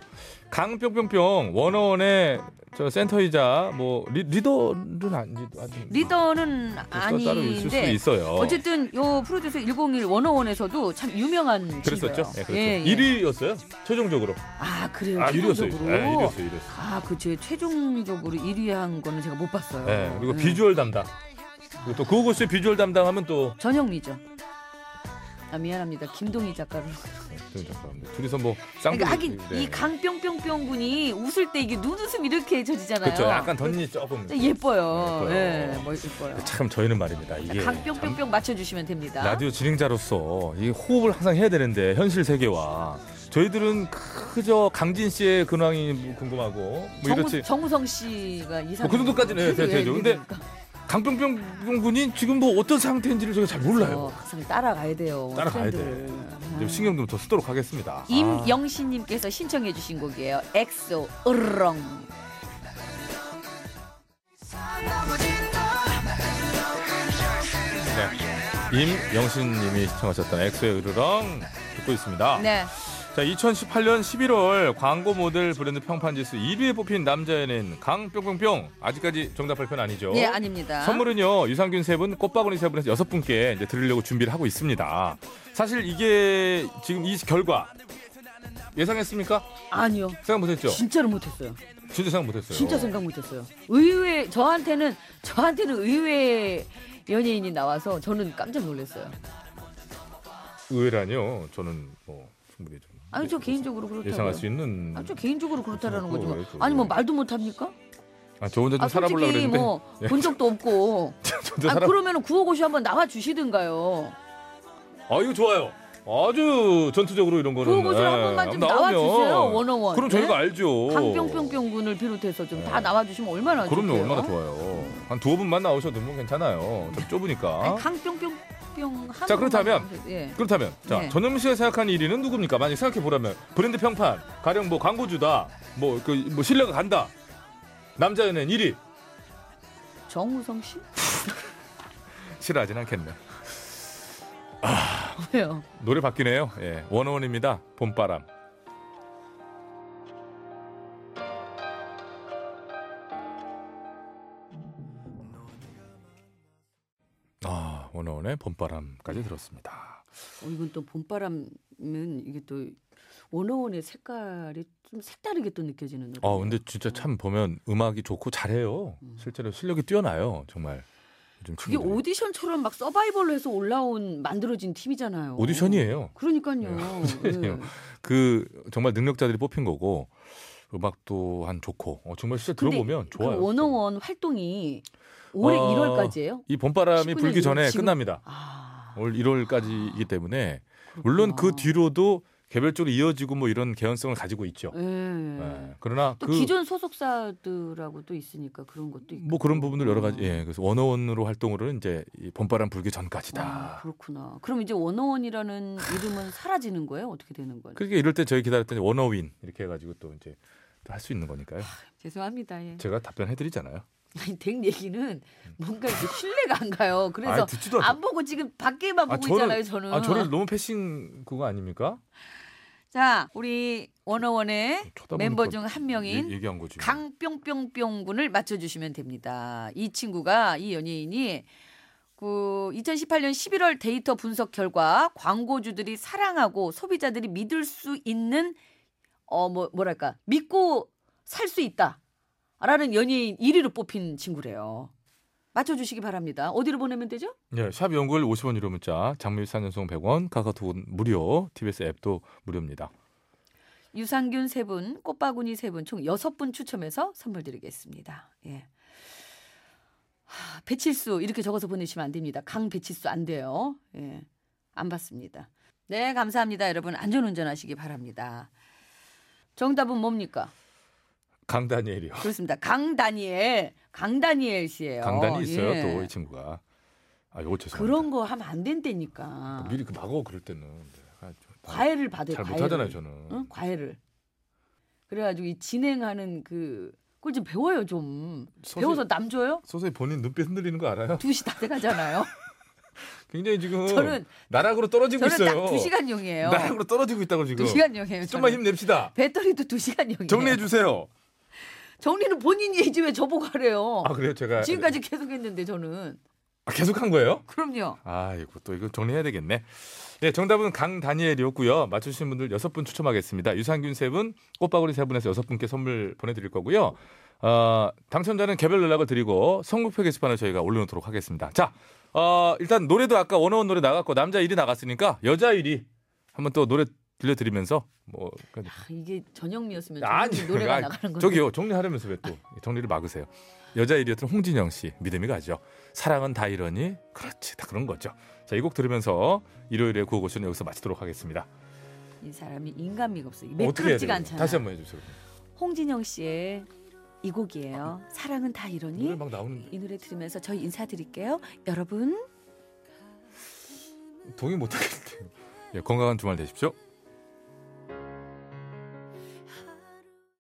[SPEAKER 1] 강뿅뿅뿅 원어원의 저 센터이자 뭐 리, 리더는 아니지 뭐
[SPEAKER 2] 리더는
[SPEAKER 1] 아, 따로 있을 수도
[SPEAKER 2] 아닌데
[SPEAKER 1] 있어요.
[SPEAKER 2] 어쨌든 요 프로듀서 101 원어원에서도 참 유명한
[SPEAKER 1] 그랬었죠?
[SPEAKER 2] 친구예요.
[SPEAKER 1] 예, 그렇죠.
[SPEAKER 2] 예, 예.
[SPEAKER 1] 1위였어요. 최종적으로.
[SPEAKER 2] 아 그래요.
[SPEAKER 1] 아, 1위였어요.
[SPEAKER 2] 최종적으로.
[SPEAKER 1] 네, 1위였어요. 1위였어요.
[SPEAKER 2] 아, 그 제 최종적으로 1위 한 거는 제가 못 봤어요.
[SPEAKER 1] 네, 그리고
[SPEAKER 2] 예.
[SPEAKER 1] 비주얼 담당. 그리고 또 구호고수의 비주얼 담당하면 또
[SPEAKER 2] 전영미죠. 아 미안합니다. 김동희 작가로.
[SPEAKER 1] 둘이서 뭐 쌍둥이.
[SPEAKER 2] 그러니까 하긴
[SPEAKER 1] 네.
[SPEAKER 2] 이 강뿅뿅뿅 군이 웃을 때 이게 눈웃음 이렇게 젖이잖아요. 네.
[SPEAKER 1] 그렇죠. 약간 던지 조금.
[SPEAKER 2] 진짜 예뻐요.
[SPEAKER 1] 예뻐요.
[SPEAKER 2] 예, 멋있어요.
[SPEAKER 1] 참 저희는 말입니다. 이게 참
[SPEAKER 2] 강뿅뿅뿅 맞춰주시면 됩니다.
[SPEAKER 1] 라디오 진행자로서 이 호흡을 항상 해야 되는데 현실 세계와 저희들은 그저 강진 씨의 근황이 궁금하고 뭐 이렇지.
[SPEAKER 2] 정우, 성 씨가 이상.
[SPEAKER 1] 뭐그 정도까지는 해야 돼- 되죠. 근데 강병병 군이 지금 뭐 어떤 상태인지를 저희가 잘 몰라요.
[SPEAKER 2] 항상 어, 따라가야 돼요.
[SPEAKER 1] 따라가야 돼. 아.
[SPEAKER 2] 트렌드를.
[SPEAKER 1] 좀 신경 좀 더 쓰도록 하겠습니다. 아,
[SPEAKER 2] 임영신님께서 신청해주신 곡이에요. 엑소 으렁.
[SPEAKER 1] 임영신님이 시청하셨던 엑소의 으르렁 듣고 있습니다.
[SPEAKER 2] 네.
[SPEAKER 1] 자, 2018년 11월 광고 모델 브랜드 평판지수 1위에 뽑힌 남자 연예인 강뿅뿅뿅 아직까지 정답 발표는 아니죠?
[SPEAKER 2] 예, 아닙니다.
[SPEAKER 1] 어? 선물은요 유산균 세 분, 꽃바구니 세 분에서 여섯 분께 이제 드리려고 준비를 하고 있습니다. 사실 이게 지금 이 결과 예상했습니까?
[SPEAKER 2] 아니요.
[SPEAKER 1] 생각 못했죠?
[SPEAKER 2] 진짜로 못했어요.
[SPEAKER 1] 진짜 생각 못했어요.
[SPEAKER 2] 진짜 생각 못했어요. 의외 저한테는 저한테는 의외의 연예인이 나와서 저는 깜짝 놀랐어요.
[SPEAKER 1] 의외라뇨. 저는 뭐 충분히 좀
[SPEAKER 2] 아니 저 개인적으로 그렇다고.
[SPEAKER 1] 예상할 수 있는. 그렇죠.
[SPEAKER 2] 아저 개인적으로 그렇다라는 거지 뭐.
[SPEAKER 1] 그거 왜 또-
[SPEAKER 2] 아니 뭐 말도 못 합니까?
[SPEAKER 1] 아, 저 혼자 좀
[SPEAKER 2] 아
[SPEAKER 1] 살아보려고
[SPEAKER 2] 솔직히
[SPEAKER 1] 그랬는데.
[SPEAKER 2] 뭐
[SPEAKER 1] 예.
[SPEAKER 2] 본 적도 없고.
[SPEAKER 1] 혼자
[SPEAKER 2] 아
[SPEAKER 1] 살아-
[SPEAKER 2] 그러면은 구호고시 한번 나와 주시든가요.
[SPEAKER 1] 아 이거 좋아요. 아주 전투적으로 이런 거는.
[SPEAKER 2] 구호고시 한
[SPEAKER 1] 예,
[SPEAKER 2] 번만 좀
[SPEAKER 1] 나오면
[SPEAKER 2] 나와주세요, 원어원.
[SPEAKER 1] 그럼
[SPEAKER 2] 네?
[SPEAKER 1] 저희가 알죠.
[SPEAKER 2] 강병병병 군을 비롯해서 좀 다 나와 주시면 얼마나
[SPEAKER 1] 네. 그럼요
[SPEAKER 2] 좋을까요?
[SPEAKER 1] 얼마나 좋아요. 한 두어 분만 나오셔도 뭐 괜찮아요. 좀 좁으니까.
[SPEAKER 2] 아니, 강병병병 한.
[SPEAKER 1] 자 그렇다면
[SPEAKER 2] 분만- 예.
[SPEAKER 1] 그렇다면 자
[SPEAKER 2] 네.
[SPEAKER 1] 전현무 씨가 생각하는 1위는 누굽니까? 만약 생각해 보라면 브랜드 평판 가령 뭐 광고주다 뭐 그 뭐 신뢰가 간다 남자 연예인 1위
[SPEAKER 2] 정우성 씨?
[SPEAKER 1] 싫어하진 않겠네.
[SPEAKER 2] 왜요?
[SPEAKER 1] 노래 바뀌네요. 예 원어원입니다. 봄바람. 아 원어원의 봄바람까지 들었습니다.
[SPEAKER 2] 어, 이건 또 봄바람은 이게 또 원어원의 색깔이 좀 색다르게 또 느껴지는 노래.
[SPEAKER 1] 어 근데 진짜 참 보면 음악이 좋고 잘해요. 실제로 실력이 뛰어나요 정말. 요즘
[SPEAKER 2] 음. 그게
[SPEAKER 1] 친구들이.
[SPEAKER 2] 오디션처럼 막 서바이벌로 해서 올라온 만들어진 팀이잖아요.
[SPEAKER 1] 오디션이에요. 네.
[SPEAKER 2] 그러니까요. 예.
[SPEAKER 1] 오디션이에요. 그 정말 능력자들이 뽑힌 거고 음악도 한 좋고 어, 정말 진짜 들어보면 좋아요.
[SPEAKER 2] 그 원어원 활동이 올해
[SPEAKER 1] 어,
[SPEAKER 2] 1월까지예요? 아,
[SPEAKER 1] 이 봄바람이
[SPEAKER 2] 19년
[SPEAKER 1] 불기 전에
[SPEAKER 2] 지금?
[SPEAKER 1] 끝납니다. 올 1월까지이기 때문에 물론 그 뒤로도 개별적으로 이어지고 뭐 이런 개연성을 가지고 있죠.
[SPEAKER 2] 예.
[SPEAKER 1] 예, 그러나
[SPEAKER 2] 또
[SPEAKER 1] 그
[SPEAKER 2] 기존 소속사들하고 또 있으니까 그런 것도 있고.
[SPEAKER 1] 뭐 그런 부분들 여러
[SPEAKER 2] 음.
[SPEAKER 1] 가지 예 그래서 원어원으로 활동으로는 이제 이 봄바람 불기 전까지다.
[SPEAKER 2] 아, 그렇구나. 그럼 이제 원어원이라는 이름은 사라지는 거예요? 어떻게 되는 거예요?
[SPEAKER 1] 그러니까 이럴 때 저희 기다렸더니 원어윈 이렇게 해가지고 또 이제 할 수 있는 거니까요.
[SPEAKER 2] 아, 죄송합니다. 예.
[SPEAKER 1] 제가 답변해드리잖아요.
[SPEAKER 2] 아니 댁 얘기는 뭔가 이렇게 신뢰가 안 가요. 그래서
[SPEAKER 1] 음. 아이, 듣지도 않-
[SPEAKER 2] 안 보고 지금 밖에만 보고 있잖아요. 저는.
[SPEAKER 1] 아 저를 너무 패싱 그거 아닙니까?
[SPEAKER 2] 자 우리 원어원의
[SPEAKER 1] 쳐다보니까 예,
[SPEAKER 2] 멤버 중 한 명인
[SPEAKER 1] 얘- 얘기한 거지.
[SPEAKER 2] 강뿅뿅뿅 군을 맞춰주시면 됩니다. 이 친구가 이 연예인이 그 2018년 11월 데이터 분석 결과 광고주들이 사랑하고 소비자들이 믿을 수 있는 어 뭐 뭐랄까 믿고 살 수 있다라는 연예인 1위로 뽑힌 친구래요. 맞춰주시기 바랍니다. 어디로 보내면 되죠?
[SPEAKER 1] 예, 샵 연구일 50원 유료 문자, 장미 4년송 100원, 카카오톡 무료, TBS 앱도 무료입니다.
[SPEAKER 2] 유산균 세 분, 꽃바구니 세 분, 총 여섯 분 추첨해서 선물 드리겠습니다. 예. 하, 배칠수 이렇게 적어서 보내시면 안 됩니다. 강 배칠수 안 돼요. 예. 안 받습니다. 네, 감사합니다. 여러분 안전 운전하시기 바랍니다. 정답은 뭡니까?
[SPEAKER 1] 강다니엘이요.
[SPEAKER 2] 그렇습니다. 강다니엘, 강다니엘 씨예요.
[SPEAKER 1] 강단이 있어요.
[SPEAKER 2] 예.
[SPEAKER 1] 또 이 친구가. 아, 요거 죄송합니다.
[SPEAKER 2] 그런 거 하면 안 된다니까.
[SPEAKER 1] 미리 그 막어 그럴 때는. 아, 좀
[SPEAKER 2] 과외를 받을
[SPEAKER 1] 잘
[SPEAKER 2] 과외를.
[SPEAKER 1] 못하잖아요, 저는.
[SPEAKER 2] 응? 과외를. 그래가지고 이 진행하는 그 그걸 좀 배워요 좀.
[SPEAKER 1] 서세-
[SPEAKER 2] 배워서 남 줘요?
[SPEAKER 1] 서서히 본인 눈빛 흔들리는 거 알아요?
[SPEAKER 2] 두 시 다 돼가잖아요.
[SPEAKER 1] 굉장히 지금
[SPEAKER 2] 저는-
[SPEAKER 1] 나락으로 떨어지고
[SPEAKER 2] 저는 딱
[SPEAKER 1] 있어요.
[SPEAKER 2] 두 시간용이에요.
[SPEAKER 1] 나락으로 떨어지고 있다고 지금.
[SPEAKER 2] 두 시간용이에요.
[SPEAKER 1] 좀만
[SPEAKER 2] 저는.
[SPEAKER 1] 힘냅시다.
[SPEAKER 2] 배터리도 두 시간용이에요.
[SPEAKER 1] 정리해 주세요.
[SPEAKER 2] 정리는 본인이 해지 왜 저보고 하래요.
[SPEAKER 1] 아, 그래요? 제가
[SPEAKER 2] 지금까지 계속했는데 저는.
[SPEAKER 1] 아, 계속 한 거예요?
[SPEAKER 2] 그럼요.
[SPEAKER 1] 아이고 또 이거 정리해야 되겠네. 네, 정답은 강다니엘이었고요. 맞추신 분들 여섯 분 추첨하겠습니다. 유산균 세 분, 꽃바구리 세 분에서 여섯 분께 선물 보내드릴 거고요. 어, 당첨자는 개별 연락을 드리고 선곡표 게시판에 저희가 올려놓도록 하겠습니다. 자, 어, 일단 노래도 아까 원어원 노래 나갔고 남자 1위 나갔으니까 여자 1위 한번 또 노래 들려드리면서 뭐
[SPEAKER 2] 아, 이게 전영미였으면
[SPEAKER 1] 아니,
[SPEAKER 2] 전영미 노래가
[SPEAKER 1] 아니,
[SPEAKER 2] 나가는 건데.
[SPEAKER 1] 저기요 정리하려면서 왜 또 정리를 막으세요? 여자 1위였던 홍진영 씨 믿음이 가죠. 사랑은 다 이러니 그렇지 다 그런 거죠. 자 이 곡 들으면서 일요일에 구호고쇼는 여기서 마치도록 하겠습니다.
[SPEAKER 2] 이 사람이 인간미가 없어요.
[SPEAKER 1] 어떻게 해야
[SPEAKER 2] 매끄럽지가
[SPEAKER 1] 돼요?
[SPEAKER 2] 않잖아요.
[SPEAKER 1] 다시 한번 해주세요.
[SPEAKER 2] 홍진영 씨의 이 곡이에요. 사랑은 다 이러니.
[SPEAKER 1] 노래 막 나오는데
[SPEAKER 2] 이 노래 들으면서 저희 인사드릴게요. 여러분.
[SPEAKER 1] 동의 못하겠대요. 예, 건강한 주말 되십시오.